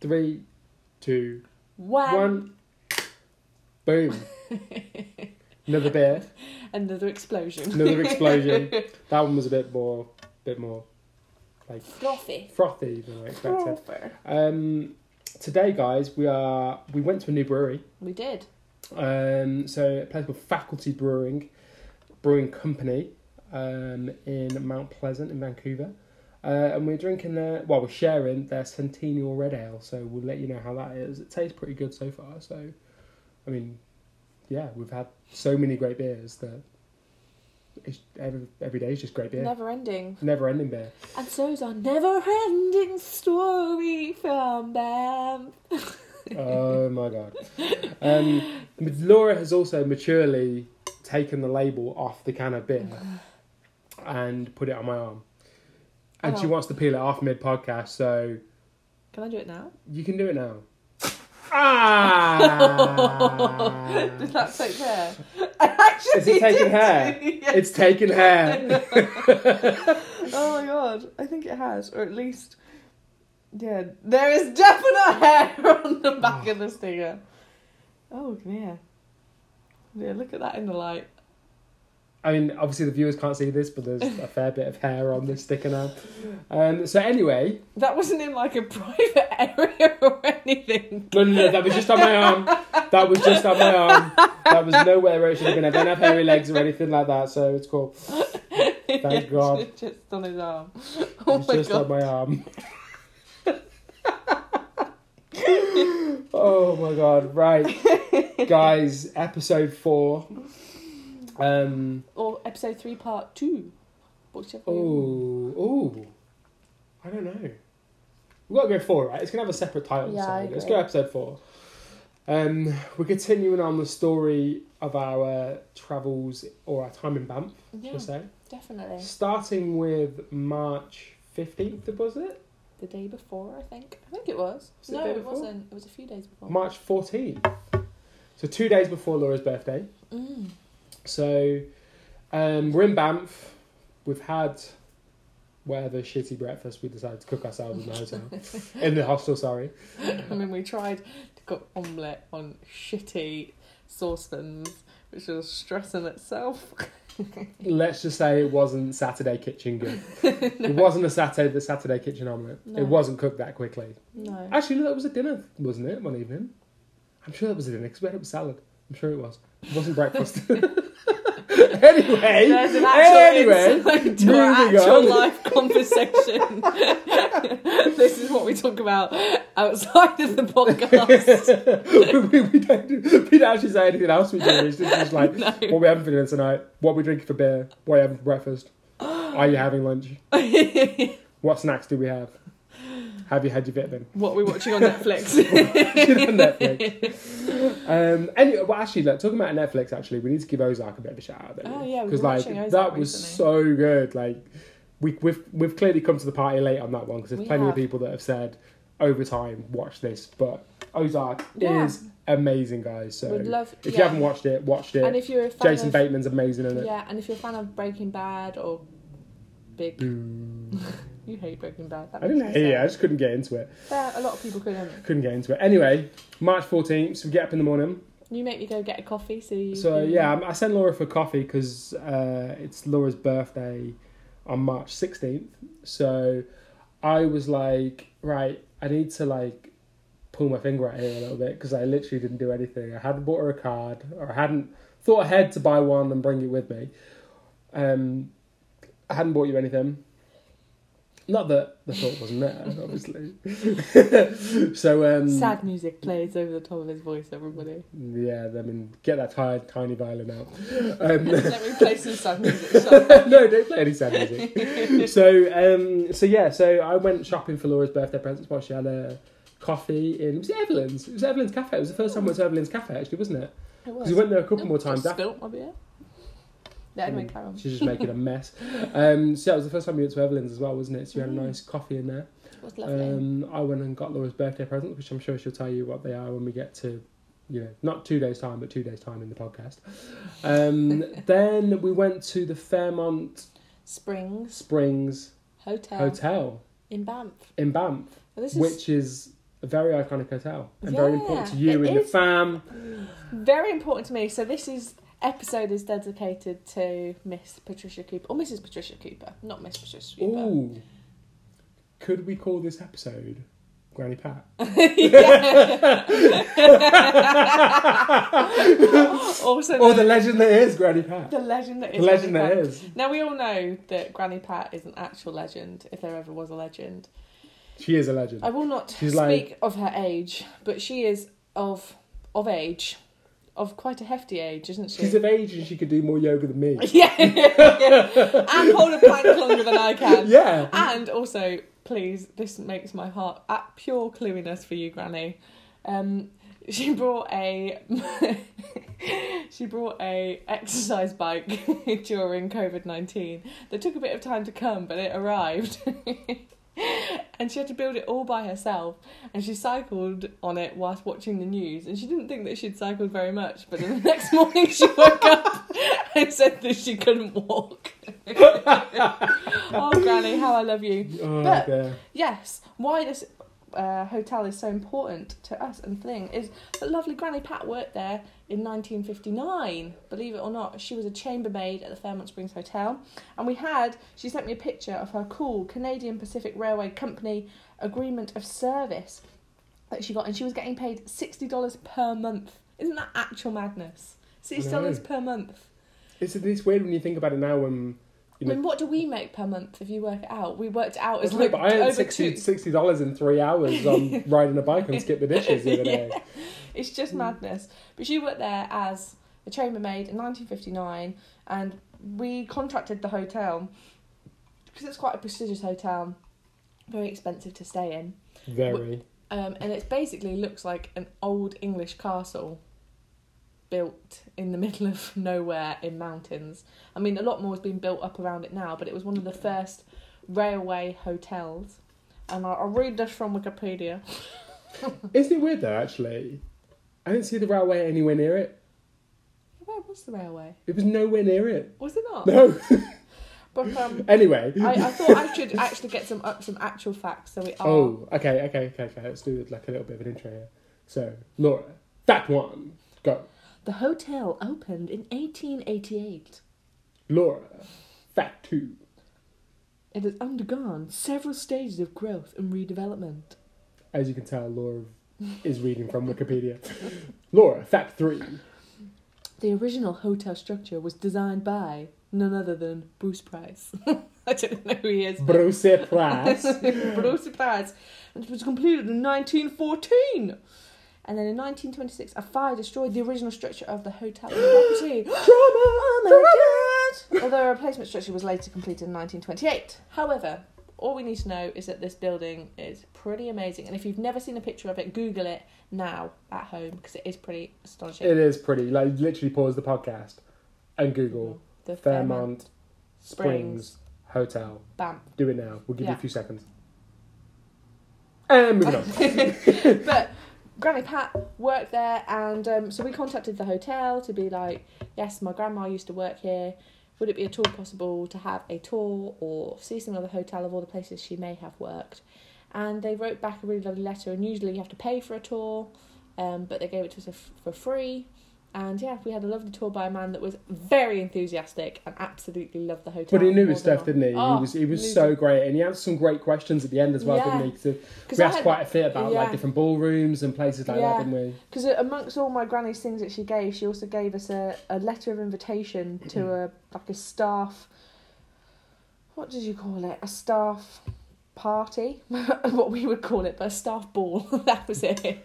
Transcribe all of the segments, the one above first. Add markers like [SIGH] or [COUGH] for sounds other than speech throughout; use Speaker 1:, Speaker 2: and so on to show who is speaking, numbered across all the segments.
Speaker 1: Three, two,
Speaker 2: Wow.
Speaker 1: one. Boom. Another beer.
Speaker 2: Another explosion.
Speaker 1: Another explosion. That one was a bit more, bit more like
Speaker 2: Frothy.
Speaker 1: frothy than I expected.
Speaker 2: Frother.
Speaker 1: Um, today, guys, we are we went to a new brewery.
Speaker 2: We did.
Speaker 1: Um, so a place called Faculty Brewing, Brewing Company, um, in Mount Pleasant in Vancouver, uh, and we're drinking their well, we're sharing their Centennial Red Ale. So we'll let you know how that is. It tastes pretty good so far. So, I mean, yeah, we've had so many great beers that it's, every every day is just great beer,
Speaker 2: Never ending.
Speaker 1: never ending beer.
Speaker 2: And so's our never ending story from Bam.
Speaker 1: oh my god. Um, Laura has also maturely taken the label off the can of beer and put it on my arm. And she
Speaker 2: Oh.
Speaker 1: wants to peel it off mid podcast, so
Speaker 2: [LAUGHS] Can I do it now?
Speaker 1: you can do it now.
Speaker 2: [LAUGHS]
Speaker 1: Ah!
Speaker 2: Did that take hair? I actually
Speaker 1: Is it taking
Speaker 2: did. [LAUGHS]
Speaker 1: hair?
Speaker 2: Yes.
Speaker 1: Ah! it's taken hair. [LAUGHS]
Speaker 2: [LAUGHS] Oh my god, I think it has, or at least, yeah, there is definite hair [LAUGHS] on the back of the stinger. Oh yeah, yeah. Look at that in the light.
Speaker 1: I mean, obviously the viewers can't see this, but there's a fair bit of hair on this sticker now. Um, so anyway,
Speaker 2: That wasn't in like a [LAUGHS] private area or anything. [LAUGHS]
Speaker 1: No, no, no, that was just on my arm. That was just on my arm. That was nowhere where it should have been. I don't have hairy legs or anything like that, so it's cool.
Speaker 2: Thank
Speaker 1: God.
Speaker 2: Just on his arm.
Speaker 1: It
Speaker 2: Oh
Speaker 1: was
Speaker 2: my
Speaker 1: just on
Speaker 2: god.
Speaker 1: my arm. oh my god, right.
Speaker 2: [LAUGHS]
Speaker 1: Guys, episode four. Um,
Speaker 2: Or episode three, part two. Whichever
Speaker 1: oh,
Speaker 2: you-
Speaker 1: oh. I don't know. We've got to go four, right? It's going to have a separate title.
Speaker 2: Yeah,
Speaker 1: so
Speaker 2: I
Speaker 1: Let's
Speaker 2: agree.
Speaker 1: go episode four. Um, we're continuing on the story of our travels or our time in Banff, shall
Speaker 2: Yeah,
Speaker 1: I say.
Speaker 2: definitely.
Speaker 1: Starting with March 15th, was it?
Speaker 2: The day before, I think. I think it was.
Speaker 1: Was it
Speaker 2: no,
Speaker 1: the day
Speaker 2: it
Speaker 1: before?
Speaker 2: wasn't. It was a few days before.
Speaker 1: March 14th. So two days before Laura's birthday.
Speaker 2: Mm. [LAUGHS]
Speaker 1: So um, we're in Banff. We've had whatever shitty breakfast we decided to cook ourselves in the hotel.
Speaker 2: [LAUGHS]
Speaker 1: in the hostel, sorry.
Speaker 2: I mean, we tried to cook omelette on shitty saucepans, which was stress in itself. [LAUGHS]
Speaker 1: Let's just say it wasn't Saturday kitchen good. It wasn't a Saturday the Saturday kitchen omelette.
Speaker 2: No.
Speaker 1: It wasn't cooked that quickly.
Speaker 2: No.
Speaker 1: Actually, no, that was a dinner, wasn't it? One evening. I'm sure that was a dinner because we had it with salad. I'm sure it was. It wasn't breakfast. anyway,
Speaker 2: There's an actual [LAUGHS]
Speaker 1: anyway,
Speaker 2: insight to our
Speaker 1: moving
Speaker 2: actual
Speaker 1: on.
Speaker 2: life conversation. [LAUGHS] this is what we talk about outside of
Speaker 1: [LAUGHS]
Speaker 2: the podcast.
Speaker 1: we, we, we don't do, we don't actually say anything else. We do. It's just, just like
Speaker 2: No.
Speaker 1: what we having for dinner tonight, what we drinking for beer, what we having for breakfast, are you having lunch, what snacks do we have, have you had your vitamin?
Speaker 2: [LAUGHS] what we're watching on
Speaker 1: [LAUGHS]
Speaker 2: Netflix.
Speaker 1: on Netflix.
Speaker 2: [LAUGHS]
Speaker 1: Um, anyway, well, actually, look, talking about Netflix, actually, we need to give Ozark a bit of a shout out. don't
Speaker 2: Oh,
Speaker 1: we?
Speaker 2: yeah, we were
Speaker 1: like
Speaker 2: watching Ozark
Speaker 1: that was
Speaker 2: recently.
Speaker 1: so good. Like we, we've we've clearly come to the party late on that one because there's
Speaker 2: We
Speaker 1: plenty
Speaker 2: have.
Speaker 1: of people that have said over time watch this, but Ozark
Speaker 2: Yeah.
Speaker 1: is amazing, guys. So
Speaker 2: We'd love-
Speaker 1: if
Speaker 2: yeah.
Speaker 1: you haven't watched it, watched it.
Speaker 2: and if you're a fan
Speaker 1: Jason
Speaker 2: of,
Speaker 1: Bateman's amazing in it.
Speaker 2: yeah, and if you're a fan of Breaking Bad or Big, [LAUGHS]
Speaker 1: Boo.
Speaker 2: you hate Breaking Bad. That
Speaker 1: Mm. I didn't
Speaker 2: makes me
Speaker 1: hate it.
Speaker 2: sad.
Speaker 1: I just couldn't get into it.
Speaker 2: Yeah, a lot of people couldn't.
Speaker 1: Couldn't get into it. Anyway, March 14th, so we get up in the morning.
Speaker 2: You make me go get a coffee, so you
Speaker 1: So
Speaker 2: can-
Speaker 1: yeah, I'm- I sent Laura for coffee because uh, it's Laura's birthday on March 16th. So I was like, right, I need to like pull my finger out here a little bit because I literally didn't do anything. I hadn't bought her a card, or I hadn't thought ahead to buy one and bring it with me. Um, I hadn't bought you anything. Not that the thought wasn't there, [LAUGHS] obviously. [LAUGHS] so um,
Speaker 2: Sad music plays over the top of his voice,
Speaker 1: [LAUGHS]
Speaker 2: everybody.
Speaker 1: yeah, I mean, get that tiny, tiny violin out. Um,
Speaker 2: Let me play some
Speaker 1: [LAUGHS]
Speaker 2: sad music. shall I?
Speaker 1: no, don't play any sad music. so, um, so yeah, so I went shopping for Laura's birthday presents while she had a coffee in was it Evelyn's? It was Evelyn's Cafe. It was the first time we went to Evelyn's Cafe, actually, wasn't it?
Speaker 2: It was.
Speaker 1: Because we went there a couple
Speaker 2: Oh,
Speaker 1: more times.
Speaker 2: just
Speaker 1: After.
Speaker 2: spilt my beer. Yeah, anyway,
Speaker 1: Mm.
Speaker 2: carry on.
Speaker 1: She's just making a mess. Um, so yeah, it was the first time we went to Evelyn's as well, wasn't it? So we had a nice coffee in there.
Speaker 2: It was lovely.
Speaker 1: Um, I went and got Laura's birthday presents, which I'm sure she'll tell you what they are when we get to, you know, not two days time, but two days time in the podcast. Um, then we went to the Fairmont
Speaker 2: Springs
Speaker 1: Springs
Speaker 2: Hotel,
Speaker 1: Hotel
Speaker 2: in Banff.
Speaker 1: in Banff.
Speaker 2: And this is
Speaker 1: which is a very iconic hotel and very important to you
Speaker 2: Yeah, it
Speaker 1: and your
Speaker 2: is.
Speaker 1: fam.
Speaker 2: Very important to me. So this is episode is dedicated to Miss Patricia Cooper or Mrs. Patricia Cooper, not Miss Patricia [LAUGHS] Cooper.
Speaker 1: Ooh, [LAUGHS] could we call this episode Granny Pat?
Speaker 2: [LAUGHS] Yeah. also,
Speaker 1: Or
Speaker 2: the,
Speaker 1: Oh, the legend that is Granny Pat.
Speaker 2: the legend that
Speaker 1: The
Speaker 2: is
Speaker 1: legend
Speaker 2: Granny
Speaker 1: that
Speaker 2: Pat.
Speaker 1: is.
Speaker 2: Now we all know that Granny Pat is an actual legend, if there ever was a legend.
Speaker 1: She is a legend.
Speaker 2: I will not
Speaker 1: She's
Speaker 2: speak
Speaker 1: like-
Speaker 2: of her age, but she is of of age, of quite a hefty age, isn't she?
Speaker 1: She's
Speaker 2: [LAUGHS]
Speaker 1: of age and she could do more yoga than me.
Speaker 2: yeah, [LAUGHS]
Speaker 1: [LAUGHS]
Speaker 2: and hold a plank longer than I can.
Speaker 1: Yeah.
Speaker 2: And also, please, this makes my heart at pure cluiness for you, Granny. Um, she brought a [LAUGHS] she brought a exercise bike [LAUGHS] during COVID nineteen that took a bit of time to come, but it arrived. [LAUGHS] And she had to build it all by herself, and she cycled on it whilst watching the news. And she didn't think that she'd cycled very much, but then the [LAUGHS] next morning she woke up and said that she couldn't walk. [LAUGHS] oh, Granny, how I love you!
Speaker 1: Oh,
Speaker 2: But-
Speaker 1: dear.
Speaker 2: Yes, why this uh, hotel is so important to us and thing is that lovely Granny Pat worked there in 1959. Believe it or not, she was a chambermaid at the Fairmont Springs Hotel, and we had she sent me a picture of her cool Canadian Pacific Railway Company agreement of service that she got, and she was getting paid sixty dollars per month. Isn't that actual madness? Sixty dollars per month.
Speaker 1: It's, it's weird when you think about it now when. You
Speaker 2: I mean,
Speaker 1: know,
Speaker 2: what do we make per month if you work it out? We worked it out as
Speaker 1: it's
Speaker 2: like
Speaker 1: like, I
Speaker 2: over
Speaker 1: earned 60
Speaker 2: two.
Speaker 1: $60 in three hours
Speaker 2: [LAUGHS]
Speaker 1: on riding a bike and skip the dishes the other day.
Speaker 2: It's just madness. But she worked there as a chambermaid in 1959, and we contracted the hotel because it's quite a prestigious hotel, very expensive to stay in.
Speaker 1: Very.
Speaker 2: Um, and it basically looks like an old English castle built in the [LAUGHS] middle of nowhere in mountains. I mean, a lot more has been built up around it now, but it was one of the first railway hotels. And I- I'll read this from Wikipedia.
Speaker 1: Isn't it weird though, actually? I didn't see the railway anywhere near it.
Speaker 2: Where was the railway?
Speaker 1: It was nowhere near it.
Speaker 2: Was it not?
Speaker 1: No. [LAUGHS]
Speaker 2: But um,
Speaker 1: anyway.
Speaker 2: Oh. I, I thought
Speaker 1: [LAUGHS]
Speaker 2: I should actually get some up some actual facts. So we are.
Speaker 1: Oh, okay, okay, okay, okay. Let's do like a little bit of an intro here. So, Laura, that one, go.
Speaker 2: The hotel opened in 1888.
Speaker 1: Laura, fact two.
Speaker 2: It has undergone several stages of growth and redevelopment.
Speaker 1: As you can tell, Laura is reading from Wikipedia. [LAUGHS] Laura, fact three.
Speaker 2: The original hotel structure was designed by none other than Bruce Price. [LAUGHS] I don't know who he is. [LAUGHS]
Speaker 1: Bruce Price.
Speaker 2: Bruce Price. And it was completed in 1914. And then in 1926, a fire destroyed the original structure of the hotel and property. Although a replacement structure was later completed in 1928. However, all we need to know is that this building is pretty amazing. And if you've never seen a picture of it, Google it now at home because it is pretty astonishing.
Speaker 1: It is pretty. Like, literally pause the podcast and Google
Speaker 2: The Fairmont
Speaker 1: Fairmont Springs, Hotel.
Speaker 2: Bam.
Speaker 1: Do it now. We'll give you
Speaker 2: Yeah.
Speaker 1: a few seconds. And moving on.
Speaker 2: [LAUGHS] but Granny Pat worked there, and um, so we contacted the hotel to be like, yes, my grandma used to work here. Would it be at all possible to have a tour or see some of the hotel of all the places she may have worked? And they wrote back a really lovely letter, and usually you have to pay for a tour, um, but they gave it to us f- for free. And yeah, we had a lovely tour by a man that was very enthusiastic and absolutely loved the hotel.
Speaker 1: But he knew
Speaker 2: more
Speaker 1: his
Speaker 2: than
Speaker 1: stuff,
Speaker 2: I-
Speaker 1: didn't he?
Speaker 2: Oh,
Speaker 1: he was he was
Speaker 2: knew
Speaker 1: so great, and he answered some great questions at the end as well,
Speaker 2: Yeah.
Speaker 1: didn't he? 'Cause
Speaker 2: 'Cause
Speaker 1: we
Speaker 2: I
Speaker 1: asked
Speaker 2: had-
Speaker 1: quite a bit about
Speaker 2: yeah.
Speaker 1: like different ballrooms and places like
Speaker 2: Yeah.
Speaker 1: that, didn't we?
Speaker 2: Because amongst all my granny's things that she gave, she also gave us a, a letter of invitation to a like a staff. What did you call it? A staff party, [LAUGHS] what we would call it, but a staff ball. [LAUGHS] that was it.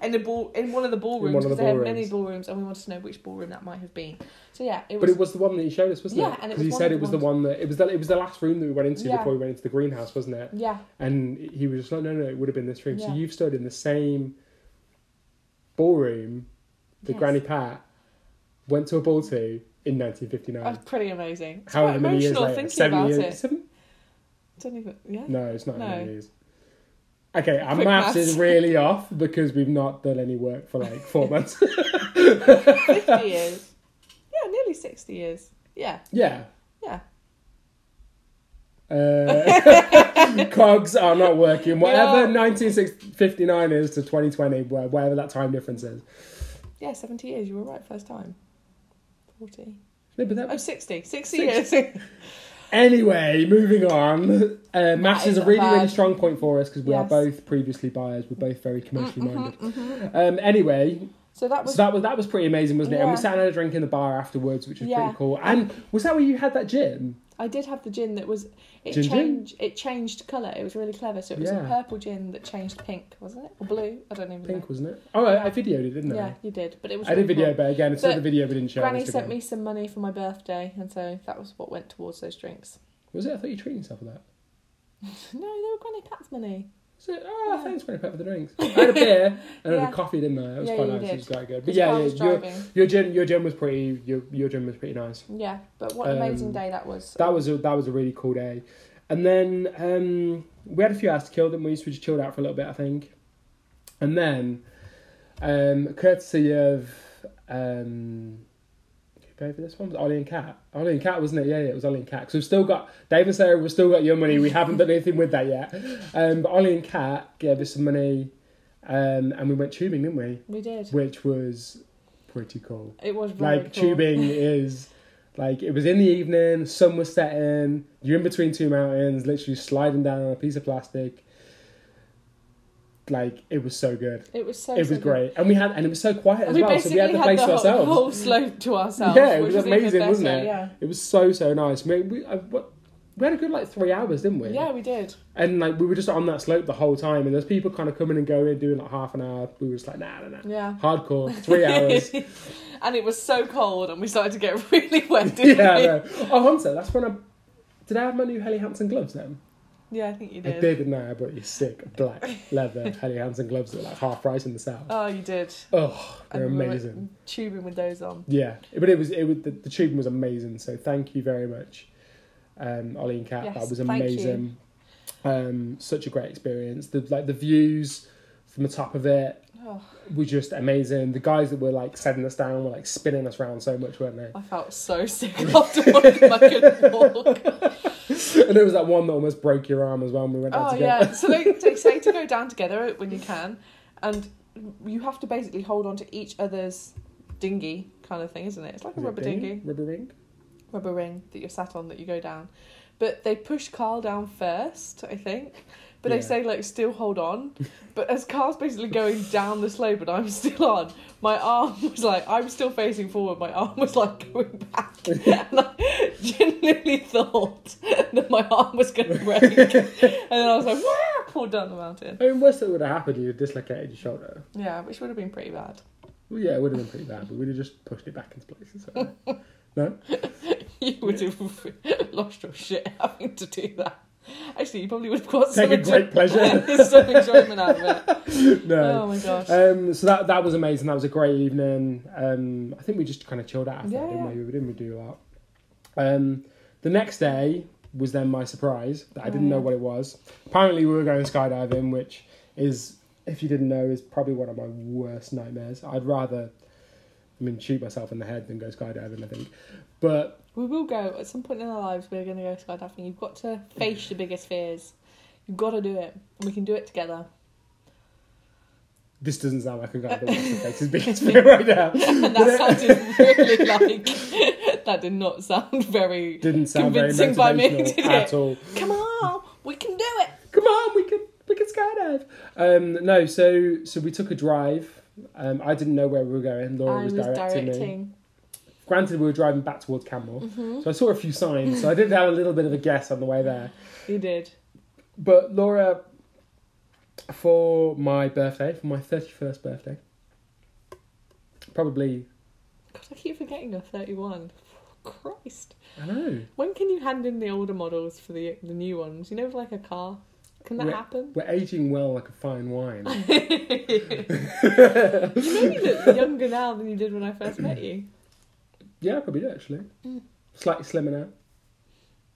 Speaker 2: In the ball, in one of the ballrooms,
Speaker 1: one of the
Speaker 2: because they had many
Speaker 1: ballrooms.
Speaker 2: ballrooms, and we wanted to know which ballroom that might have been. So yeah, it
Speaker 1: But
Speaker 2: was.
Speaker 1: it was the one that he showed us, wasn't
Speaker 2: Yeah,
Speaker 1: it?
Speaker 2: and it
Speaker 1: Because he
Speaker 2: was one
Speaker 1: said
Speaker 2: of
Speaker 1: it
Speaker 2: the
Speaker 1: was the one that it was the it was the last room that we went into
Speaker 2: Yeah.
Speaker 1: before we went into the greenhouse, wasn't it?
Speaker 2: yeah,
Speaker 1: And he was just like, no, no, it would have been this room. So
Speaker 2: Yeah.
Speaker 1: you've stood in the same ballroom that
Speaker 2: Yes.
Speaker 1: Granny Pat went to a ball to in
Speaker 2: that's
Speaker 1: 1959.
Speaker 2: pretty amazing. It's quite
Speaker 1: However many years
Speaker 2: emotional
Speaker 1: later,
Speaker 2: thinking
Speaker 1: seven
Speaker 2: about
Speaker 1: years,
Speaker 2: it.
Speaker 1: seven,
Speaker 2: Don't even. Yeah.
Speaker 1: [LAUGHS] No, it's not
Speaker 2: No.
Speaker 1: in the news. Okay, our
Speaker 2: Quick
Speaker 1: maths
Speaker 2: maths.
Speaker 1: is really
Speaker 2: [LAUGHS]
Speaker 1: off because we've not done any work for like four months. [LAUGHS]
Speaker 2: 50 years. Yeah, nearly 60 years. Yeah.
Speaker 1: yeah.
Speaker 2: Yeah.
Speaker 1: Uh,
Speaker 2: [LAUGHS]
Speaker 1: cogs are not working. Whatever
Speaker 2: No.
Speaker 1: 1959 is to 2020, where- wherever that time difference is.
Speaker 2: Yeah, 70 years. You were right first time. 40.
Speaker 1: No, but that
Speaker 2: Oh,
Speaker 1: was...
Speaker 2: 60. 60
Speaker 1: Six-
Speaker 2: years. [LAUGHS]
Speaker 1: Anyway, moving on. Uh, maths is a
Speaker 2: isn't
Speaker 1: really, really
Speaker 2: bad.
Speaker 1: strong point for us because we
Speaker 2: Yes.
Speaker 1: are both previously biased. We're both very commercially minded.
Speaker 2: Mhm, mhm.
Speaker 1: Um, anyway,
Speaker 2: So that
Speaker 1: so
Speaker 2: was.
Speaker 1: that was that was pretty amazing, wasn't it? And we
Speaker 2: Yeah.
Speaker 1: sat and had a drink in the bar afterwards, which was
Speaker 2: Yeah.
Speaker 1: pretty cool. And was that where you had that gin?
Speaker 2: I did have the gin that was. It
Speaker 1: Gin gin?
Speaker 2: changed. It changed colour. It was really clever. So it was
Speaker 1: Yeah.
Speaker 2: a purple gin that changed pink, wasn't it? Or blue? I don't even
Speaker 1: Pink, wasn't it? Oh, I, I videoed it, didn't
Speaker 2: know.
Speaker 1: I?
Speaker 2: Yeah, you did. But it was.
Speaker 1: I did
Speaker 2: really
Speaker 1: video,
Speaker 2: cool.
Speaker 1: but again, it's not
Speaker 2: But
Speaker 1: the video we didn't show. on
Speaker 2: Granny sent
Speaker 1: Instagram.
Speaker 2: me some money for my birthday, and so that was what went towards those drinks. [LAUGHS]
Speaker 1: Was it? I thought you treated yourself for that.
Speaker 2: No, they were Granny Pat's money.
Speaker 1: Was it? Oh,
Speaker 2: Yeah.
Speaker 1: thanks, Granny Pat, for the drinks. I had a beer and I had
Speaker 2: Yeah.
Speaker 1: a coffee, didn't I? It was
Speaker 2: Yeah,
Speaker 1: quite
Speaker 2: you
Speaker 1: nice. It
Speaker 2: did.
Speaker 1: was quite good. But
Speaker 2: Because
Speaker 1: yeah,
Speaker 2: I was
Speaker 1: yeah, your,
Speaker 2: driving.
Speaker 1: your gin, your gin was pretty. Your your gin was pretty nice.
Speaker 2: Yeah, but what an amazing
Speaker 1: Um,
Speaker 2: day that was.
Speaker 1: That was a, that was a really cool day. And then um, we had a few hours to kill, didn't we? So we just chilled out for a little bit, I think. And then, um, courtesy of um, who paid for this one? Was it Ollie and Kat. Ollie and Kat, wasn't it? Yeah, yeah, it was Ollie and Kat. Because we've still got Dave and Sarah. We've still got your money. We haven't done anything with that yet. Um, but Ollie and Kat gave us some money, um, and we went tubing, didn't we?
Speaker 2: we did.
Speaker 1: Which was pretty cool
Speaker 2: It was very
Speaker 1: like
Speaker 2: cool.
Speaker 1: tubing is like it was in the evening sun was setting you're in between two mountains literally sliding down on a piece of plastic like it was so good
Speaker 2: It was so.
Speaker 1: it was
Speaker 2: so good.
Speaker 1: great and we had and it was so quiet as
Speaker 2: we
Speaker 1: well so
Speaker 2: basically
Speaker 1: we had the place
Speaker 2: had
Speaker 1: to
Speaker 2: the whole,
Speaker 1: ourselves
Speaker 2: whole slope to ourselves.
Speaker 1: Yeah, it
Speaker 2: which
Speaker 1: was
Speaker 2: even
Speaker 1: amazing,
Speaker 2: better,
Speaker 1: wasn't it?
Speaker 2: Yeah.
Speaker 1: it was so so nice we, we, I, what, we had a good like three hours didn't we
Speaker 2: Yeah, we did.
Speaker 1: and like we were just on that slope the whole time and there's people kind of coming and going doing like half an hour we were just like nah nah nah
Speaker 2: Yeah.
Speaker 1: hardcore
Speaker 2: [LAUGHS]
Speaker 1: three hours
Speaker 2: and it was so cold, and we started to get [LAUGHS] really wet, didn't
Speaker 1: yeah, I
Speaker 2: we?
Speaker 1: know. Oh, Hunter, that's when I. Did I have my new Helly Hansen gloves then?
Speaker 2: Yeah, I think you
Speaker 1: I
Speaker 2: did.
Speaker 1: did, no, I bought you sick black
Speaker 2: [LAUGHS]
Speaker 1: leather Helly Hansen gloves at like half price in the south.
Speaker 2: Oh, you did.
Speaker 1: oh, they're
Speaker 2: And we were
Speaker 1: amazing.
Speaker 2: tubing with those on.
Speaker 1: Yeah, but it was it was the, the tubing was amazing. So thank you very much, um, Ollie and Kat. that
Speaker 2: Yes,
Speaker 1: was
Speaker 2: thank you.
Speaker 1: amazing. Um, such a great experience. The like the views from the top of it
Speaker 2: Oh,
Speaker 1: were just amazing. The guys that were like setting us down were like spinning us around so much, weren't they?
Speaker 2: I felt so [LAUGHS] sick afterwards. I
Speaker 1: [LAUGHS]
Speaker 2: couldn't walk.
Speaker 1: and there was that one that almost broke your arm as well. And we went out
Speaker 2: Oh
Speaker 1: together.
Speaker 2: yeah, so they, they say to go down together when you can, and you have to basically hold on to each other's dinghy kind of thing, isn't it? It's like a
Speaker 1: Is it
Speaker 2: rubber
Speaker 1: dinghy?
Speaker 2: dinghy,
Speaker 1: Rubber ring?
Speaker 2: rubber ring that you're sat on that you go down. But they push Carl down first, I think. But
Speaker 1: Yeah.
Speaker 2: they say like still hold on. But as Carl's basically going down the slope and I'm still on, my arm [LAUGHS] was like I'm still facing forward. My arm was like going back, [LAUGHS] and I genuinely thought that my arm was going to break. [LAUGHS] and then I was like, Wah! pulled down the mountain.
Speaker 1: I mean, worst that would have happened, you'd have dislocated your shoulder.
Speaker 2: Yeah, which would have been pretty bad. [LAUGHS]
Speaker 1: Well, yeah, it would have been pretty bad, but we'd have just pushed it back into place. It's
Speaker 2: [LAUGHS]
Speaker 1: all right.
Speaker 2: You would have [LAUGHS] lost your shit having to do that. Actually, you probably would have
Speaker 1: Take
Speaker 2: got some
Speaker 1: a great
Speaker 2: [LAUGHS]
Speaker 1: pleasure.
Speaker 2: some enjoyment out of
Speaker 1: [LAUGHS]
Speaker 2: it. Oh
Speaker 1: no.
Speaker 2: my gosh.
Speaker 1: Um, so that that was amazing. That was a great evening. Um, I think we just kind of chilled out after
Speaker 2: Yeah,
Speaker 1: that, didn't
Speaker 2: yeah.
Speaker 1: we? We didn't we do a lot. Um, the next day was then my surprise that I didn't know
Speaker 2: Right.
Speaker 1: what it was. Apparently, we were going skydiving, which is, if you didn't know, is probably one of my worst nightmares. I'd rather, I mean, shoot myself in the head than go skydiving. I think, but
Speaker 2: we will go at some point in our lives. We're going to go skydiving. You've got to face your biggest fears. You've got to do it. We can do it together. [LAUGHS]
Speaker 1: this doesn't sound like a guy that wants to face his
Speaker 2: [LAUGHS]
Speaker 1: biggest fear right now.
Speaker 2: And that sounded really like [LAUGHS] that did not sound very.
Speaker 1: Didn't sound very
Speaker 2: Convincing by me,
Speaker 1: motivational
Speaker 2: did
Speaker 1: at
Speaker 2: it?
Speaker 1: all.
Speaker 2: Come on, we can do it.
Speaker 1: Come on, we can we can skydive. Um, no, so so we took a drive. Um, I didn't know where we were going. Laura
Speaker 2: I
Speaker 1: was,
Speaker 2: was
Speaker 1: directing, me.
Speaker 2: directing.
Speaker 1: Granted, we were driving back towards Camel,
Speaker 2: Mhm.
Speaker 1: so I saw a few signs. So I did have a little bit of a guess on the way there.
Speaker 2: You did.
Speaker 1: But Laura, for my birthday, for my thirty-first birthday, probably
Speaker 2: God, I keep forgetting you're 31. Christ.
Speaker 1: I know.
Speaker 2: When can you hand in the older models for the the new ones? You know, like a car. Can that
Speaker 1: We're-
Speaker 2: happen?
Speaker 1: We're aging well like a fine wine.
Speaker 2: You maybe look younger now than you did when I first met you.
Speaker 1: Yeah, I probably do actually.
Speaker 2: Mm.
Speaker 1: Slightly slimming out.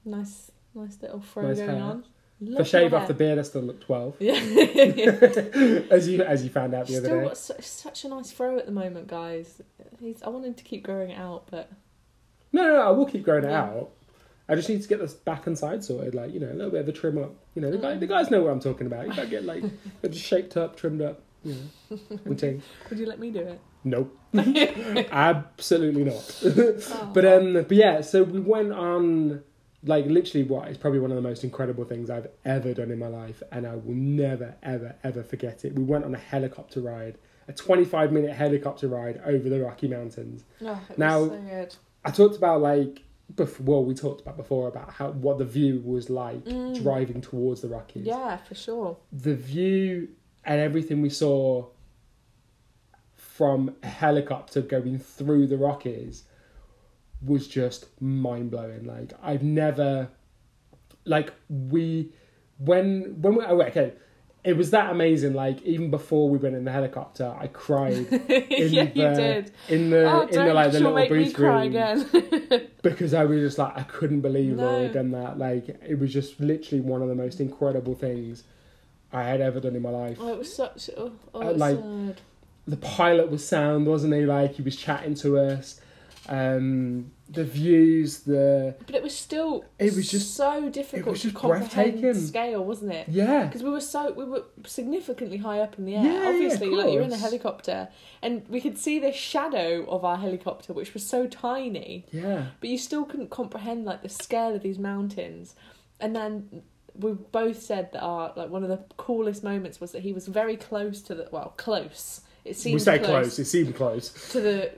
Speaker 2: Nice, nice little fro
Speaker 1: Nice
Speaker 2: going
Speaker 1: hair.
Speaker 2: on.
Speaker 1: If I shave off the beard, I still look
Speaker 2: [LAUGHS]
Speaker 1: twelve. [LAUGHS]
Speaker 2: Yeah.
Speaker 1: as you as you found out the
Speaker 2: Still
Speaker 1: other day.
Speaker 2: got such, such a nice fro at the moment, guys. He's, I wanted to keep growing it out, but
Speaker 1: No, no, no, I will keep growing it
Speaker 2: Yeah.
Speaker 1: out. I just need to get this back and side sorted, like you know, a little bit of a trim up. You know, the guy, the
Speaker 2: Mm.
Speaker 1: guys know what I'm talking
Speaker 2: [LAUGHS]
Speaker 1: about. You gotta get like just shaped up, trimmed up. You know,
Speaker 2: [LAUGHS]
Speaker 1: and thing.
Speaker 2: Would you let me do it? [LAUGHS]
Speaker 1: Nope, [LAUGHS] absolutely not.
Speaker 2: Oh.
Speaker 1: But um, but yeah, so we went on like literally what is probably one of the most incredible things I've ever done in my life, and I will never, ever, ever forget it. We went on a helicopter ride, a 25 minute helicopter ride over the Rocky Mountains.
Speaker 2: No, oh, it was
Speaker 1: Now-
Speaker 2: so good.
Speaker 1: I talked about like before, well, we talked about before about how what the view was like
Speaker 2: Mm.
Speaker 1: driving towards the Rockies.
Speaker 2: Yeah, for sure. [LAUGHS]
Speaker 1: The view and everything we saw from a helicopter going through the Rockies was just mind blowing. Like I've never, like we, when when we oh, okay, it was that amazing. Like even before we went in the helicopter, I cried in
Speaker 2: [LAUGHS] yeah,
Speaker 1: the
Speaker 2: you did.
Speaker 1: in the
Speaker 2: oh,
Speaker 1: in
Speaker 2: don't
Speaker 1: the like the
Speaker 2: you'll
Speaker 1: little
Speaker 2: make me
Speaker 1: booth
Speaker 2: cry
Speaker 1: room
Speaker 2: again. [LAUGHS]
Speaker 1: because I was just like I couldn't believe
Speaker 2: No.
Speaker 1: Laura had done that. Like it was just literally one of the most incredible things I had ever done in my life.
Speaker 2: oh, it was such. Oh, oh
Speaker 1: Uh,
Speaker 2: it's
Speaker 1: like-
Speaker 2: sad.
Speaker 1: The pilot was sound, wasn't he? Like he was chatting to us. Um, the views, the
Speaker 2: But it was still.
Speaker 1: It was just-
Speaker 2: so difficult.
Speaker 1: was just
Speaker 2: to comprehend
Speaker 1: breathtaking.
Speaker 2: Scale, wasn't it?
Speaker 1: yeah,
Speaker 2: Because we were so we were significantly high up in the air.
Speaker 1: Yeah, yeah, of
Speaker 2: Obviously, like you're in a
Speaker 1: course.
Speaker 2: helicopter, and we could see the shadow of our helicopter, which was so tiny,
Speaker 1: yeah,
Speaker 2: but you still couldn't comprehend like the scale of these mountains. And then we both said that our like one of the coolest moments was that he was very close to the well, close. It seemed
Speaker 1: we say
Speaker 2: close,
Speaker 1: close. It seemed close.
Speaker 2: to the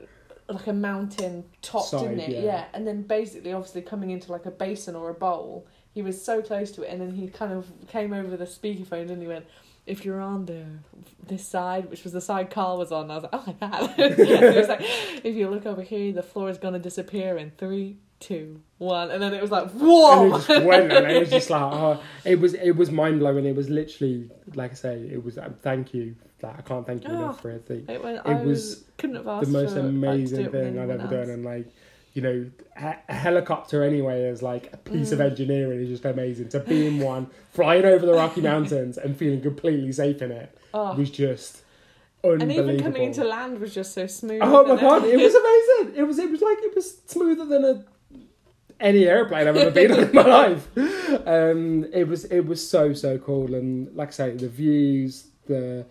Speaker 2: like a mountain top,
Speaker 1: Side,
Speaker 2: didn't it?
Speaker 1: yeah.
Speaker 2: And then basically, obviously, coming into like a basin or a bowl, he was so close to it, and then he kind of came over the speakerphone and he went. If you're on the this side, which was the side Carl was on, I was like, oh my god! [LAUGHS] it was like, if you look over here, the floor is gonna disappear in three, two, one, and then it was like,
Speaker 1: And
Speaker 2: whoa! [LAUGHS]
Speaker 1: it just went, and it was just like, oh, it was, it was mind blowing. It was literally, like I say, it was. Um, thank you. Like, I can't thank you
Speaker 2: Oh.
Speaker 1: enough for it. The-
Speaker 2: It went.
Speaker 1: It
Speaker 2: I
Speaker 1: was
Speaker 2: couldn't have asked
Speaker 1: the most
Speaker 2: for, like, to do
Speaker 1: amazing
Speaker 2: it with
Speaker 1: thing I've
Speaker 2: anyone
Speaker 1: ever done,
Speaker 2: else.
Speaker 1: and like you know, a, a helicopter anyway is like a piece of
Speaker 2: Mm.
Speaker 1: engineering is just amazing. To be in one, flying over the Rocky Mountains and feeling completely safe in it
Speaker 2: Oh.
Speaker 1: was just
Speaker 2: And
Speaker 1: unbelievable.
Speaker 2: even coming into land was just so smooth.
Speaker 1: oh my
Speaker 2: and
Speaker 1: god, it
Speaker 2: everything.
Speaker 1: was amazing! It was it was like it was smoother than a any airplane I've ever been on in my life. Um, it was it was so so cool, and like I say, the views the.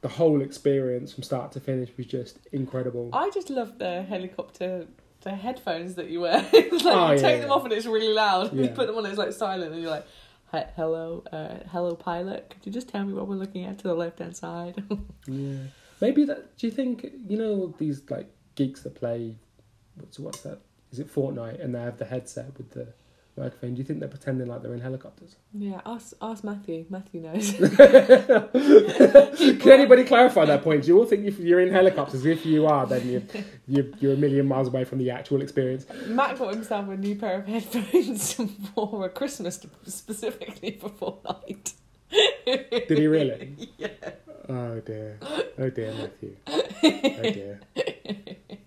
Speaker 1: The whole experience from start to finish was just incredible.
Speaker 2: I just love the helicopter the headphones that you wear. [LAUGHS] it's like
Speaker 1: Oh,
Speaker 2: you
Speaker 1: yeah,
Speaker 2: take them
Speaker 1: yeah.
Speaker 2: off and it's really loud. You
Speaker 1: Yeah.
Speaker 2: put them on, it's like silent, and you're like, "Hi- "Hello, uh, hello, pilot. Could you just tell me what we're looking at to the left hand side?" [LAUGHS]
Speaker 1: Yeah. Maybe that. Do you think you know these like geeks that play? What's what's that? Is it Fortnite? And they have the headset with the microphone. Do you think they're pretending like they're in helicopters? [LAUGHS]
Speaker 2: yeah, ask ask Matthew. Matthew knows.
Speaker 1: Can anybody clarify that point? Do you all think if you're in helicopters? If you are, then you you're, you're a million miles away from the actual experience.
Speaker 2: [LAUGHS] Matt got himself a new pair of headphones [LAUGHS] for Christmas specifically for Fortnite.
Speaker 1: Did he really?
Speaker 2: Yeah.
Speaker 1: Oh dear. Oh dear, Matthew. Oh dear.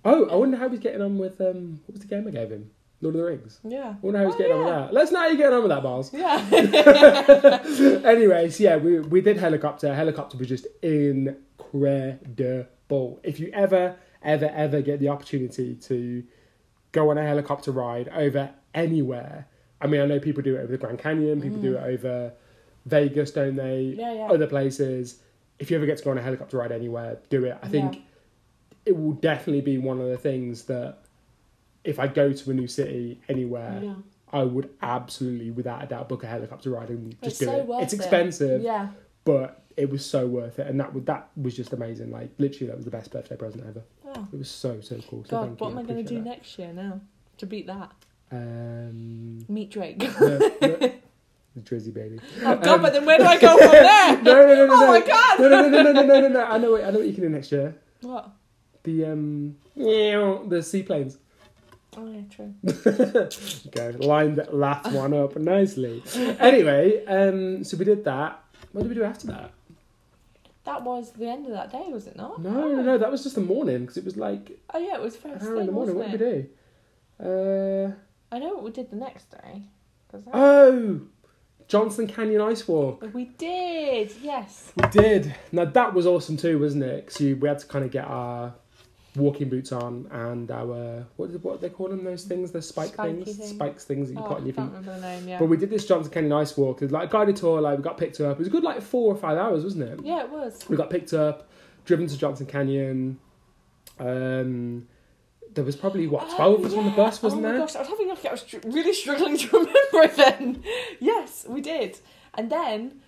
Speaker 1: Oh, I wonder how he's getting on with um. What was the game I gave him? Lord of the Rings.
Speaker 2: Yeah.
Speaker 1: I wonder how he's
Speaker 2: Oh,
Speaker 1: getting on with
Speaker 2: yeah.
Speaker 1: that. Let's know how you're getting on with that, Miles. [LAUGHS]
Speaker 2: Yeah.
Speaker 1: Anyways, yeah, we we did helicopter. Helicopter was just incredible. If you ever, ever, ever get the opportunity to go on a helicopter ride over anywhere, I mean, I know people do it over the Grand Canyon, people do it over Vegas, don't they?
Speaker 2: Mm. Yeah, yeah.
Speaker 1: Other places. If you ever get to go on a helicopter ride anywhere, do it. I think
Speaker 2: Yeah.
Speaker 1: it will definitely be one of the things that if I go to a new city anywhere,
Speaker 2: yeah.
Speaker 1: I would absolutely, without a doubt, book a helicopter ride and just
Speaker 2: It's
Speaker 1: do
Speaker 2: so
Speaker 1: it.
Speaker 2: worth
Speaker 1: it's
Speaker 2: it.
Speaker 1: expensive,
Speaker 2: Yeah.
Speaker 1: but it was so worth it, and that was, that was just amazing. Like literally, that was the best birthday present ever.
Speaker 2: Oh.
Speaker 1: It was so so cool. So
Speaker 2: God,
Speaker 1: thank
Speaker 2: what
Speaker 1: you.
Speaker 2: am I going to do
Speaker 1: appreciate that.
Speaker 2: next year now to beat that?
Speaker 1: Um,
Speaker 2: Meet
Speaker 1: [LAUGHS]
Speaker 2: Drake.
Speaker 1: no,
Speaker 2: [LAUGHS]
Speaker 1: no, the Drizzy baby.
Speaker 2: Oh God, but then where do I go from there?
Speaker 1: No, no, no, no,
Speaker 2: Oh
Speaker 1: no.
Speaker 2: my God.
Speaker 1: [LAUGHS] No, no, no, no, no, no, no, no. I know, what, I know what you can do next year.
Speaker 2: What?
Speaker 1: The um, yeah, the seaplanes. [LAUGHS]
Speaker 2: Oh yeah, true.
Speaker 1: Okay, lined that last
Speaker 2: [LAUGHS]
Speaker 1: one up nicely. Anyway, um, so we did that. What did we do after that?
Speaker 2: That was the end of that day, was it not?
Speaker 1: No, no, no. That was just the morning because it was like
Speaker 2: Oh yeah, it was
Speaker 1: an
Speaker 2: first
Speaker 1: hour in
Speaker 2: thing,
Speaker 1: the morning.
Speaker 2: wasn't
Speaker 1: What
Speaker 2: it?
Speaker 1: did we do? Uh,
Speaker 2: I know what we did the next day. 'cause that-
Speaker 1: oh, Johnson Canyon Ice Walk.
Speaker 2: We did, yes.
Speaker 1: We did. Now that was awesome too, wasn't it? Because we had to kind of get our walking boots on and our what did, what do they call them those things the spike
Speaker 2: Spiky
Speaker 1: things
Speaker 2: thing.
Speaker 1: spikes things that you
Speaker 2: Oh,
Speaker 1: put
Speaker 2: I
Speaker 1: on your
Speaker 2: can't
Speaker 1: feet.
Speaker 2: remember the name, yeah.
Speaker 1: But we did this Johnson Kenny Nice Walk. It was like a guided tour. Like we got picked up. It was a good like four or five hours, wasn't it?
Speaker 2: yeah, it was.
Speaker 1: We got picked up, driven to Johnson Canyon. Um, there was probably what twelve
Speaker 2: Oh,
Speaker 1: of us on the
Speaker 2: yeah.
Speaker 1: bus, wasn't
Speaker 2: oh
Speaker 1: there?
Speaker 2: my gosh, I was having a look. I was str- really struggling [LAUGHS] to remember it then. Yes, we did. And then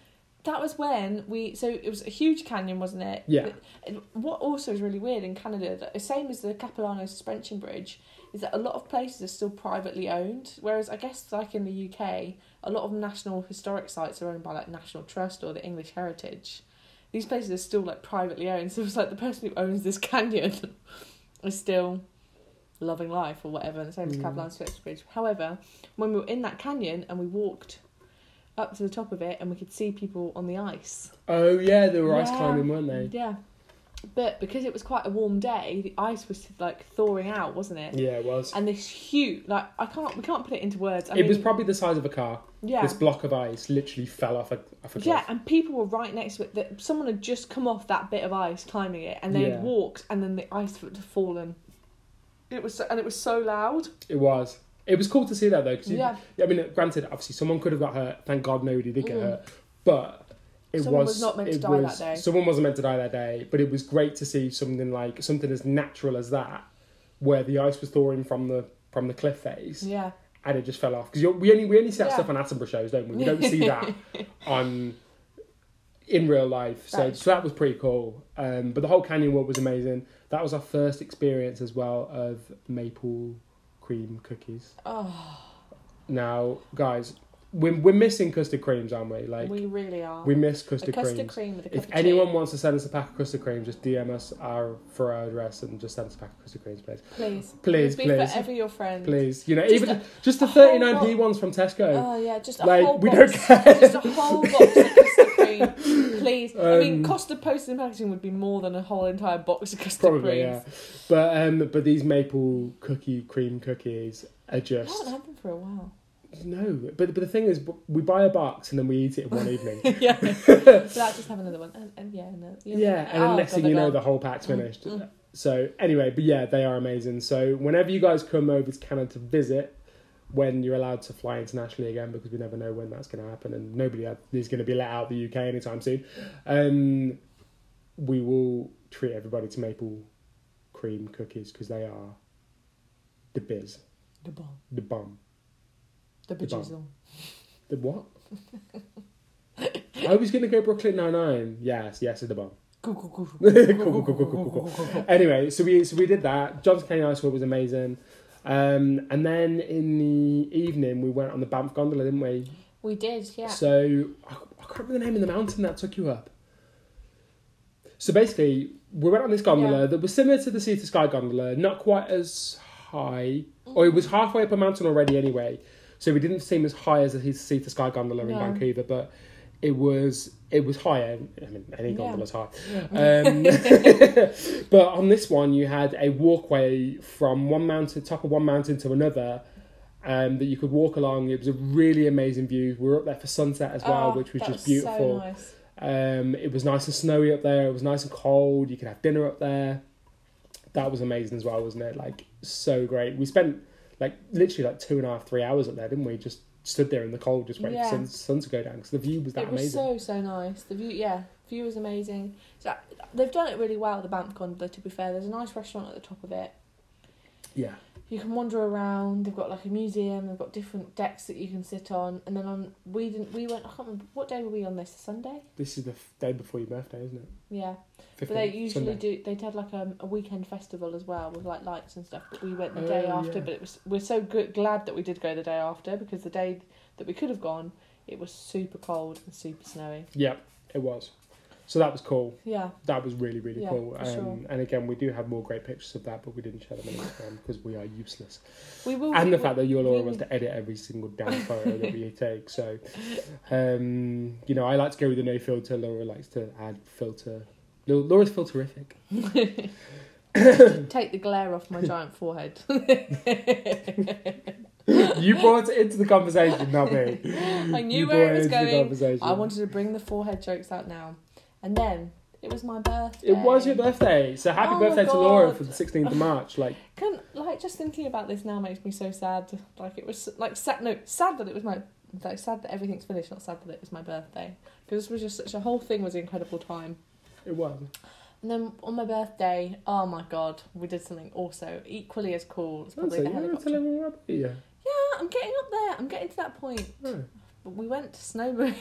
Speaker 2: that was when we. So it was a huge canyon, wasn't it?
Speaker 1: Yeah.
Speaker 2: But- and what also is really weird in Canada, that- the same as the Capilano Suspension Bridge, is that a lot of places are still privately owned. Whereas I guess like in the UK, a lot of national historic sites are owned by like National Trust or the English Heritage. These places are still like privately owned. [LAUGHS] So it's like the person who owns this canyon [LAUGHS] is still loving life or whatever, the same as
Speaker 1: Mm.
Speaker 2: Capilano Suspension Bridge. However, when we were in that canyon and we walked up to the top of it and we could see people on the ice.
Speaker 1: Oh yeah, they were ice
Speaker 2: Yeah.
Speaker 1: climbing, weren't they?
Speaker 2: Yeah. But because it was quite a warm day, the ice was like thawing out, wasn't it?
Speaker 1: Yeah, it was.
Speaker 2: And this huge, like I can't, we can't put it into words. I
Speaker 1: it
Speaker 2: mean,
Speaker 1: was probably the size of a car.
Speaker 2: yeah,
Speaker 1: This block of ice literally fell off a off a cliff.
Speaker 2: yeah, and people were right next to it. That someone had just come off that bit of ice climbing it, and they
Speaker 1: Yeah.
Speaker 2: had walked, and then the ice would have fallen. It was, so, and it was so loud.
Speaker 1: It was. It was cool to see that though, because
Speaker 2: Yeah.
Speaker 1: I mean, granted, obviously someone could have got hurt. Thank God nobody did get
Speaker 2: Mm.
Speaker 1: hurt, but it
Speaker 2: Someone
Speaker 1: was,
Speaker 2: was not meant to
Speaker 1: it
Speaker 2: die that
Speaker 1: was-
Speaker 2: day.
Speaker 1: Someone wasn't meant to die that day, but it was great to see something like something as natural as that, where the ice was thawing from the from the cliff face,
Speaker 2: Yeah,
Speaker 1: and it just fell off. Because we only we only see that
Speaker 2: Yeah.
Speaker 1: stuff on Attenborough shows, don't we?
Speaker 2: [LAUGHS]
Speaker 1: We don't see that on in real life. So,
Speaker 2: That's
Speaker 1: so that was pretty cool. Um, but the whole canyon walk was amazing. That was our first experience as well of maple cream cookies.
Speaker 2: oh,
Speaker 1: Now, guys, we're, we're missing custard creams, aren't we? Like, we,
Speaker 2: we really are.
Speaker 1: miss
Speaker 2: a
Speaker 1: custard,
Speaker 2: custard
Speaker 1: creams.
Speaker 2: cream with a cup
Speaker 1: If
Speaker 2: of
Speaker 1: anyone
Speaker 2: tea,
Speaker 1: wants to send us a pack of custard creams, just DM us our for our address and just send us a pack of custard creams, please.
Speaker 2: please,
Speaker 1: Please,
Speaker 2: be
Speaker 1: please,
Speaker 2: forever your friend.
Speaker 1: please. You know,
Speaker 2: Just
Speaker 1: even
Speaker 2: a-
Speaker 1: just the
Speaker 2: a whole
Speaker 1: thirty nine p
Speaker 2: lot.
Speaker 1: ones from Tesco.
Speaker 2: Oh yeah, just a
Speaker 1: Like,
Speaker 2: whole
Speaker 1: we
Speaker 2: box.
Speaker 1: don't care.
Speaker 2: Just a whole box of custard
Speaker 1: [LAUGHS]
Speaker 2: cream, please. I
Speaker 1: Um,
Speaker 2: mean, cost of postage and packaging would be more than a whole entire box of
Speaker 1: [LAUGHS]
Speaker 2: custard
Speaker 1: Probably, yeah.
Speaker 2: creams.
Speaker 1: But um, but these maple cookie cream cookies are
Speaker 2: I
Speaker 1: just
Speaker 2: haven't had them for a while. [LAUGHS]
Speaker 1: no. But but the thing is, we buy a box and then we eat it one evening. [LAUGHS]
Speaker 2: yeah, so I'll just have another one. And, and yeah, no,
Speaker 1: Yeah, and
Speaker 2: Oh,
Speaker 1: the next
Speaker 2: God,
Speaker 1: thing
Speaker 2: they're
Speaker 1: you know,
Speaker 2: gone.
Speaker 1: the whole pack's
Speaker 2: Mm,
Speaker 1: finished.
Speaker 2: mm.
Speaker 1: So anyway, but yeah, they are amazing. So whenever you guys come over to Canada to visit, when you're allowed to fly internationally again, because we never know when that's going to happen, and nobody is going to be let out of the UK anytime soon, um, we will treat everybody to maple cream cookies because they are the biz,
Speaker 2: the bomb,
Speaker 1: the bomb,
Speaker 2: the
Speaker 1: The bomb.
Speaker 2: bejizzle.
Speaker 1: the what? I was going to go Brooklyn Nine Nine. Yes, yes, it's the bomb.
Speaker 2: Goo, goo, goo, [LAUGHS]
Speaker 1: Cool,
Speaker 2: goo,
Speaker 1: [LAUGHS] cool, cool,
Speaker 2: goo, goo,
Speaker 1: cool,
Speaker 2: goo,
Speaker 1: cool,
Speaker 2: goo,
Speaker 1: cool,
Speaker 2: goo, goo.
Speaker 1: anyway, so we so we did that. John's Canyon Ice Walk was amazing. Um, and then in the evening, we went on the Banff gondola, didn't we?
Speaker 2: We did, yeah.
Speaker 1: So I, I can't remember the name of the mountain that took you up. So basically, we went on this gondola
Speaker 2: Yeah.
Speaker 1: that was similar to the Sea to Sky gondola, not quite as high, or it was halfway up a mountain already anyway. So we didn't seem as high as the Sea to Sky gondola in
Speaker 2: No.
Speaker 1: Vancouver, but it was it was higher. I mean, any
Speaker 2: Yeah.
Speaker 1: gondola's high.
Speaker 2: [LAUGHS]
Speaker 1: Um, but on this one, you had a walkway from one mountain, top of one mountain to another, um, that you could walk along. It was a really amazing view. We were up there for sunset as well,
Speaker 2: Oh,
Speaker 1: which was
Speaker 2: that
Speaker 1: just
Speaker 2: so
Speaker 1: beautiful.
Speaker 2: nice.
Speaker 1: um, it was nice and snowy up there. It was nice and cold. You could have dinner up there. That was amazing as well, wasn't it? Like so great. We spent like literally like two and a half, three hours up there, didn't we? Just stood there in the cold, just waiting
Speaker 2: Yeah.
Speaker 1: for sun, sun to go down because the view was that
Speaker 2: it was
Speaker 1: amazing.
Speaker 2: so so nice. The view, yeah, view was amazing. So they've done it really well. The Banff Gondola, to be fair, there's a nice restaurant at the top of it.
Speaker 1: Yeah.
Speaker 2: you can wander around. They've got like a museum. They've got different decks that you can sit on. And then on we didn't we went. I can't remember what day were we on this Sunday.
Speaker 1: This is the f- day before your birthday, isn't it?
Speaker 2: Yeah,
Speaker 1: 15th,
Speaker 2: but they usually
Speaker 1: Sunday.
Speaker 2: do. They had like um, a weekend festival as well with like lights and stuff. But we went the day
Speaker 1: Oh,
Speaker 2: after.
Speaker 1: yeah.
Speaker 2: But it was we're so good, glad that we did go the day after because the day that we could have gone, it was super cold and super snowy.
Speaker 1: Yeah, it was. So that was cool.
Speaker 2: Yeah,
Speaker 1: That was really, really
Speaker 2: Yeah,
Speaker 1: cool.
Speaker 2: for
Speaker 1: Um,
Speaker 2: sure.
Speaker 1: And again, we do have more great pictures of that, but we didn't share them on Instagram because we are useless.
Speaker 2: we will.
Speaker 1: And the
Speaker 2: we-
Speaker 1: fact that your Laura
Speaker 2: we-
Speaker 1: wants to edit every single damn photo that
Speaker 2: [LAUGHS]
Speaker 1: we take. So, um, you know, I like to go with the no filter. Laura likes to add filter. Lau- Laura's filterific. [LAUGHS]
Speaker 2: [LAUGHS] take the glare off my
Speaker 1: [LAUGHS]
Speaker 2: giant forehead.
Speaker 1: you brought it into the conversation, not me.
Speaker 2: [LAUGHS] I knew
Speaker 1: You
Speaker 2: where
Speaker 1: brought
Speaker 2: it was
Speaker 1: into the
Speaker 2: going.
Speaker 1: conversation.
Speaker 2: I wanted to bring the forehead jokes out now. And then It was my birthday.
Speaker 1: It was your birthday, so happy
Speaker 2: Oh my
Speaker 1: birthday to Laura
Speaker 2: God.
Speaker 1: for the sixteenth of March. Like,
Speaker 2: Can like just thinking about this now makes me so sad. Like it was like sad. No, sad that it was my like sad that everything's finished. Not sad that it was my birthday because this was just such a whole thing was an incredible time.
Speaker 1: it was.
Speaker 2: And then on my birthday, oh my god, we did something also equally as cool. It's probably
Speaker 1: Honestly,
Speaker 2: the
Speaker 1: yeah, it's
Speaker 2: helicopter.
Speaker 1: a little rubber. Yeah.
Speaker 2: Yeah, I'm getting up there. I'm getting to that point.
Speaker 1: Oh.
Speaker 2: But we went to [LAUGHS] snowboarding.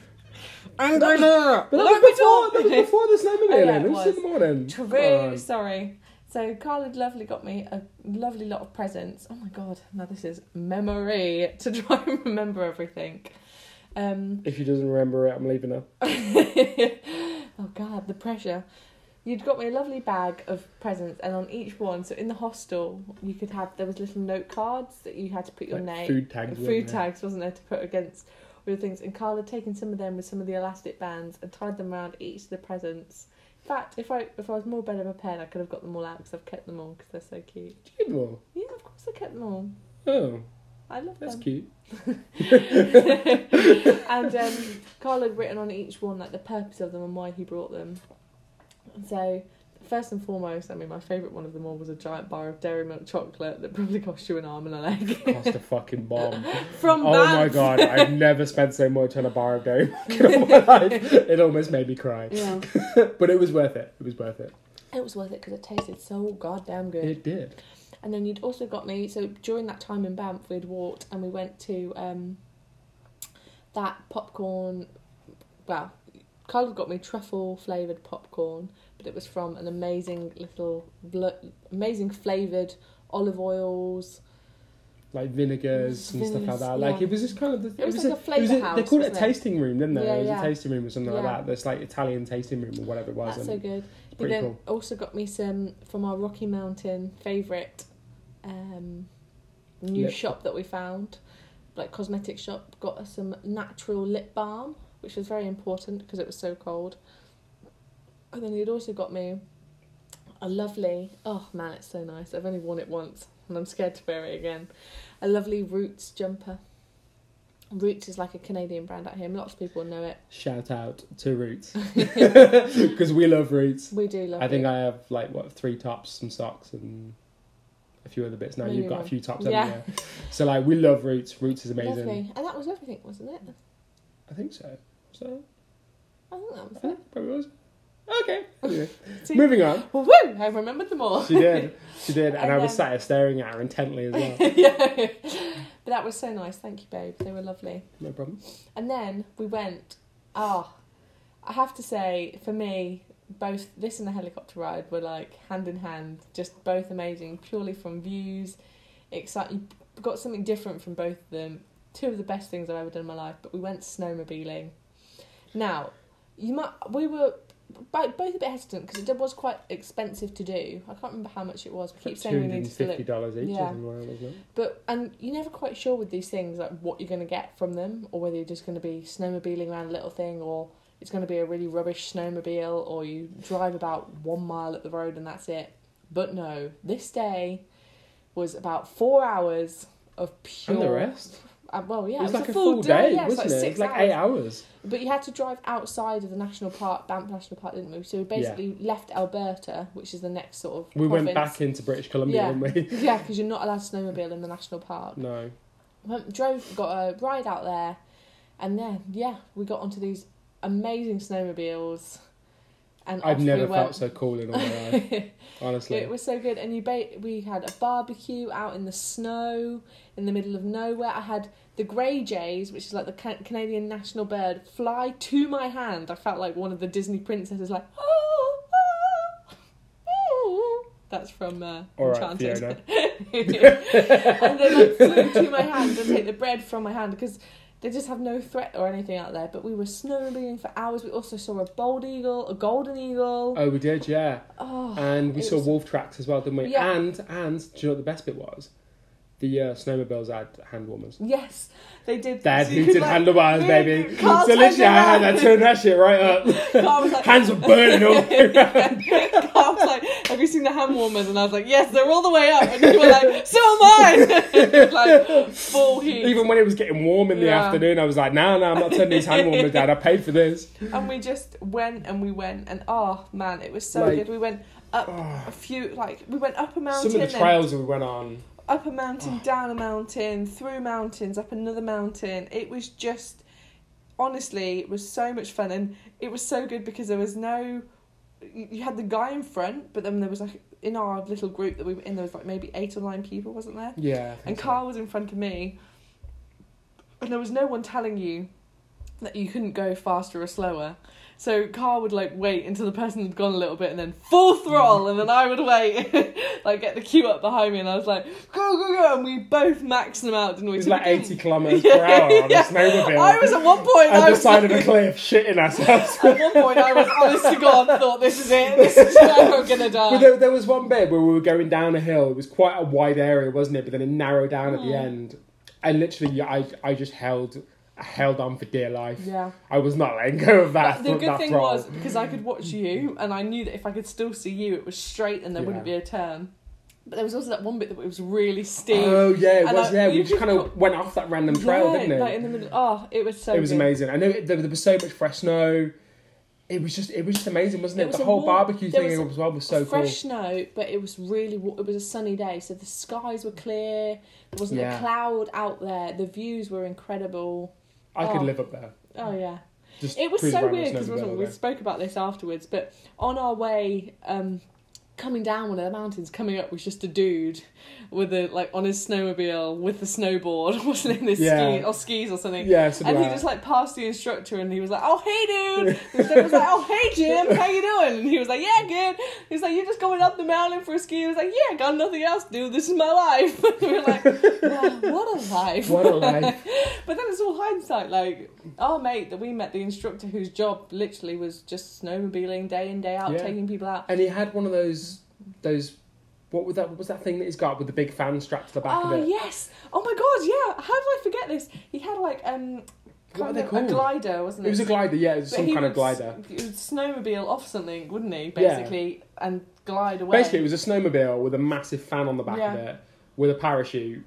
Speaker 1: But that was before, that was before the snowmobile.
Speaker 2: Oh, yeah,
Speaker 1: then.
Speaker 2: it
Speaker 1: it was in the morning. Come
Speaker 2: True.
Speaker 1: on.
Speaker 2: Sorry. So Carla Lovely got me a lovely lot of presents. Oh my god! Now this is memory [LAUGHS] to try and remember everything. Um,
Speaker 1: If she doesn't remember it, I'm leaving her.
Speaker 2: [LAUGHS] oh god, the pressure. You'd got me a lovely bag of presents, and on each one, so in the hostel, you could have there was little note cards that you had to put your
Speaker 1: Like,
Speaker 2: name,
Speaker 1: Food tags.
Speaker 2: food
Speaker 1: weren't there?
Speaker 2: tags, wasn't there, to put against all the things. And Carl had taken some of them with some of the elastic bands and tied them around each of the presents. In fact, if I if I was more better prepared, I could have got them all out because I've kept them all because they're so cute.
Speaker 1: Give them all.
Speaker 2: Yeah, of course I kept them all.
Speaker 1: Oh,
Speaker 2: I love
Speaker 1: that's
Speaker 2: them. [LAUGHS]
Speaker 1: cute.
Speaker 2: and um, Carl had written on each one like the purpose of them and why he brought them. And So first and foremost, I mean, my favourite one of them all was a giant bar of dairy milk chocolate that probably cost you an arm and a leg. [LAUGHS]
Speaker 1: Cost a fucking bomb.
Speaker 2: From
Speaker 1: oh
Speaker 2: that,
Speaker 1: my god,
Speaker 2: [LAUGHS]
Speaker 1: I've never spent so much on a bar of dairy [LAUGHS] milk in all my
Speaker 2: [LAUGHS]
Speaker 1: life. It almost made me cry.
Speaker 2: Yeah.
Speaker 1: But it was worth it. It was worth it.
Speaker 2: It was worth it because it tasted so goddamn good.
Speaker 1: It did.
Speaker 2: And then you'd also got me. So during that time in Banff, we'd walked and we went to um, that popcorn. Well, Carla got me truffle flavored popcorn, but it was from an amazing little, bl- amazing flavored olive oils.
Speaker 1: Like vinegars and stuff like
Speaker 2: Vinegars,
Speaker 1: that. Like
Speaker 2: yeah.
Speaker 1: it was just kind of. The,
Speaker 2: It was like a
Speaker 1: it was
Speaker 2: flavour
Speaker 1: They called
Speaker 2: house,
Speaker 1: it a
Speaker 2: wasn't it?
Speaker 1: tasting room, didn't they?
Speaker 2: Yeah,
Speaker 1: it was
Speaker 2: yeah.
Speaker 1: a tasting room or something
Speaker 2: Yeah.
Speaker 1: like that. That's like Italian tasting room or whatever it was.
Speaker 2: That's
Speaker 1: and
Speaker 2: so good.
Speaker 1: um,
Speaker 2: You
Speaker 1: pretty
Speaker 2: then
Speaker 1: cool.
Speaker 2: also got me some from our Rocky Mountain favourite um, new
Speaker 1: Lip-
Speaker 2: shop that we found, like cosmetic shop. Got us some natural lip balm, which was very important because it was so cold. And then you'd also got me a lovely. Oh man, it's so nice. I've only worn it once, and I'm scared to wear it again. A lovely Roots jumper. Roots is like a Canadian brand out here. Lots of people
Speaker 1: [LAUGHS]
Speaker 2: know it. [LAUGHS]
Speaker 1: Shout out to Roots [LAUGHS] because we love Roots.
Speaker 2: We do love.
Speaker 1: I think
Speaker 2: it.
Speaker 1: I have like what three tops, some socks, and a few other bits. Now
Speaker 2: Maybe
Speaker 1: you've got
Speaker 2: one.
Speaker 1: a few tops,
Speaker 2: Yeah.
Speaker 1: haven't you? So like we love Roots. Roots is amazing.
Speaker 2: Lovely. And that was everything, wasn't it?
Speaker 1: I think so. So
Speaker 2: I think that
Speaker 1: I
Speaker 2: was
Speaker 1: think it probably was.
Speaker 2: [LAUGHS]
Speaker 1: Okay. Anyway,
Speaker 2: it. See?
Speaker 1: moving on.
Speaker 2: Woo! I remembered them all.
Speaker 1: She did. She did, and,
Speaker 2: And
Speaker 1: I was
Speaker 2: then-
Speaker 1: sat there staring at her intently as well.
Speaker 2: [LAUGHS] yeah. But that was so nice. Thank you, babe. They were lovely.
Speaker 1: No problem.
Speaker 2: And then we went. Ah, I have to say, for me, both this and the helicopter ride were like hand in hand. Just both amazing, purely from views. Excite. You got something different from both of them. Two of the best things I've ever done in my life. But we went snowmobiling. Now, you might. We were. bo- Both a bit hesitant because it did- was quite expensive to do. I can't remember how much it was. We keep
Speaker 1: Two
Speaker 2: saying we
Speaker 1: hundred
Speaker 2: need
Speaker 1: and
Speaker 2: to look
Speaker 1: fifty dollars each,
Speaker 2: Yeah.
Speaker 1: or something like that, wasn't it?
Speaker 2: but and you're never quite sure with these things like what you're going to get from them, or whether you're just going to be snowmobiling around a little thing, or it's going to be a really rubbish snowmobile, or you drive about one mile up the road and that's it. But no, this day was about four hours of pure.
Speaker 1: And the rest.
Speaker 2: Uh, well, yeah,
Speaker 1: it was, like
Speaker 2: a full, day. yeah, it was
Speaker 1: wasn't
Speaker 2: like
Speaker 1: it? It
Speaker 2: six
Speaker 1: was like
Speaker 2: hours.
Speaker 1: eight hours.
Speaker 2: But you had to drive outside of the national park, Banff National Park, didn't we? So we basically left Alberta, which is the next sort of.
Speaker 1: We went
Speaker 2: province.
Speaker 1: back into British Columbia,
Speaker 2: Yeah.
Speaker 1: didn't
Speaker 2: [LAUGHS] Yeah, because you're not allowed to snowmobile in the national park.
Speaker 1: we? [LAUGHS] No.
Speaker 2: went, drove, got a ride out there, and then yeah, we got onto these amazing snowmobiles. And
Speaker 1: I've
Speaker 2: off
Speaker 1: never
Speaker 2: we
Speaker 1: felt
Speaker 2: went.
Speaker 1: so cool in all my life, honestly.
Speaker 2: [LAUGHS] it was so good, and you ba- we had a barbecue out in the snow in the middle of nowhere. I had the grey jays, which is like the ca- Canadian national bird, fly to my hand. I felt like one of the Disney princesses, like oh, oh, oh. That's from uh,
Speaker 1: All right,
Speaker 2: Enchanted [LAUGHS]
Speaker 1: Fiona.
Speaker 2: and they like flew to my hand and take the bread from my hand because they just have no threat or anything out there. But we were snowmobiling for hours. We also saw a bald eagle, a golden eagle.
Speaker 1: Oh, we did, yeah.
Speaker 2: Oh,
Speaker 1: And we
Speaker 2: it
Speaker 1: saw
Speaker 2: was-
Speaker 1: wolf tracks as well, didn't we?
Speaker 2: Yeah.
Speaker 1: And and do you know what the best bit was? The uh, snowmobiles had hand
Speaker 2: [LAUGHS]
Speaker 1: warmers.
Speaker 2: yes, they did.
Speaker 1: They had
Speaker 2: [LAUGHS] So you
Speaker 1: heated
Speaker 2: could, like,
Speaker 1: handlebars,
Speaker 2: move
Speaker 1: baby.
Speaker 2: [LAUGHS] your
Speaker 1: So
Speaker 2: cars
Speaker 1: literally, I had
Speaker 2: hand [LAUGHS]
Speaker 1: that turn that shit right up.
Speaker 2: around. Carl was like, [LAUGHS]
Speaker 1: Hands were burning all the way around.
Speaker 2: Carl was like, have you seen the hand warmers? And I was like, yes, they're all the way up. And you were like, so am I. [LAUGHS] like full
Speaker 1: [LAUGHS]
Speaker 2: heat.
Speaker 1: Even when it was getting warm in the
Speaker 2: Yeah.
Speaker 1: afternoon, I was like, nah, nah, I'm not
Speaker 2: [LAUGHS]
Speaker 1: turning these hand warmers down. I paid for [SIGHS] this.
Speaker 2: and we just went and we went and oh man, it was so
Speaker 1: Like-
Speaker 2: good. We went up
Speaker 1: Oh.
Speaker 2: a few like we went up a mountain,
Speaker 1: Some of the Oh.
Speaker 2: then
Speaker 1: trails we went on.
Speaker 2: up a mountain, down a mountain, through mountains, up another mountain. It was just honestly, it was so much fun and it was so good because there was no you you had the guy in front, but then there was like in our little group that we were in, there was like maybe eight or nine people, wasn't there?
Speaker 1: Yeah. I think
Speaker 2: and
Speaker 1: so.
Speaker 2: Carl was in front of me, and there was no one telling you that you couldn't go faster or slower. So Carl would like wait until the person had gone a little bit, and then full throttle, and then I would wait, [LAUGHS] like get the queue up behind me, and I was like go go go, and we both maxed them out, didn't
Speaker 1: It
Speaker 2: we?
Speaker 1: was
Speaker 2: So we
Speaker 1: like
Speaker 2: didn't-
Speaker 1: 80 kilometres per hour on
Speaker 2: [LAUGHS] Yeah.
Speaker 1: a snowmobile.
Speaker 2: I was at one point. I
Speaker 1: [LAUGHS] at the
Speaker 2: was
Speaker 1: side of a cliff, shitting
Speaker 2: [LAUGHS]
Speaker 1: ourselves. [LAUGHS]
Speaker 2: At one point, I was honest to God thought this is it. This is how I'm gonna
Speaker 1: Well,
Speaker 2: die.
Speaker 1: there, there was one bit where we were going down a hill. It was quite a wide area, wasn't it? But then it narrowed down at the
Speaker 2: Mm.
Speaker 1: end, and literally, I I just held held on for dear life.
Speaker 2: Yeah.
Speaker 1: I was not letting go of that.
Speaker 2: the
Speaker 1: that-
Speaker 2: good
Speaker 1: that
Speaker 2: thing
Speaker 1: throttle.
Speaker 2: was because I could watch you, and I knew that if I could still see you, it was straight, and there wouldn't be
Speaker 1: Yeah.
Speaker 2: a turn. But there was also that one bit that was really steep.
Speaker 1: Oh yeah, it
Speaker 2: And
Speaker 1: was.
Speaker 2: I-
Speaker 1: yeah,
Speaker 2: you
Speaker 1: we just
Speaker 2: just
Speaker 1: kind of went off that random trail,
Speaker 2: Yeah,
Speaker 1: didn't it?
Speaker 2: Like in the middle. Oh, it was so.
Speaker 1: it was
Speaker 2: good.
Speaker 1: amazing. I know it, there, there was so much fresh snow. It was just, it was just amazing, wasn't
Speaker 2: It
Speaker 1: it?
Speaker 2: was
Speaker 1: the
Speaker 2: a
Speaker 1: whole
Speaker 2: warm-
Speaker 1: barbecue
Speaker 2: there
Speaker 1: thing
Speaker 2: was
Speaker 1: as well was so
Speaker 2: fresh
Speaker 1: cool.
Speaker 2: snow, but it was really wa- it was a sunny day, so the skies were clear. There wasn't a
Speaker 1: Yeah.
Speaker 2: cloud out there. The views were incredible.
Speaker 1: I
Speaker 2: Oh.
Speaker 1: could live up there.
Speaker 2: Oh yeah.
Speaker 1: Just
Speaker 2: It was
Speaker 1: cruise
Speaker 2: so
Speaker 1: around on a
Speaker 2: weird because
Speaker 1: snowmobile all
Speaker 2: we
Speaker 1: day.
Speaker 2: spoke about this afterwards, but on our way, um, coming down one of the mountains, coming up was just a dude with a like on his snowmobile with the snowboard, [LAUGHS] wasn't it? This
Speaker 1: Yeah.
Speaker 2: ski or skis or something.
Speaker 1: yeah, something
Speaker 2: And he
Speaker 1: like
Speaker 2: just like passed the instructor, and he was like, "Oh hey
Speaker 1: [LAUGHS]
Speaker 2: dude," the instructor was like, "Oh hey Jim, how you doing?" And he was like, "Yeah, good." He was like, "You're just going up the mountain for a ski." He was like, "Yeah, got nothing else to do. This is my life." [LAUGHS] we were like, wow, "What a life!"
Speaker 1: that.
Speaker 2: [LAUGHS]
Speaker 1: what a life!
Speaker 2: But then it's all hindsight. Like our mate that we met, the instructor whose job literally was just snowmobiling day in day out,
Speaker 1: Yeah.
Speaker 2: taking people out.
Speaker 1: And he had one of those those what was that what was that thing that he's got with the big fan strapped to the back
Speaker 2: Ah,
Speaker 1: of it?
Speaker 2: yes. Oh my god, yeah. How did I forget this? He had like um,
Speaker 1: What are
Speaker 2: kind
Speaker 1: they
Speaker 2: of a
Speaker 1: called?
Speaker 2: glider, wasn't it?
Speaker 1: It was a glider, yeah, it was
Speaker 2: But
Speaker 1: some
Speaker 2: he
Speaker 1: kind of
Speaker 2: would s-
Speaker 1: glider.
Speaker 2: He would snowmobile off something, wouldn't he?
Speaker 1: Yeah.
Speaker 2: Basically, and glide away.
Speaker 1: Basically, it was a snowmobile with a massive fan on the back of
Speaker 2: Yeah.
Speaker 1: it with a parachute.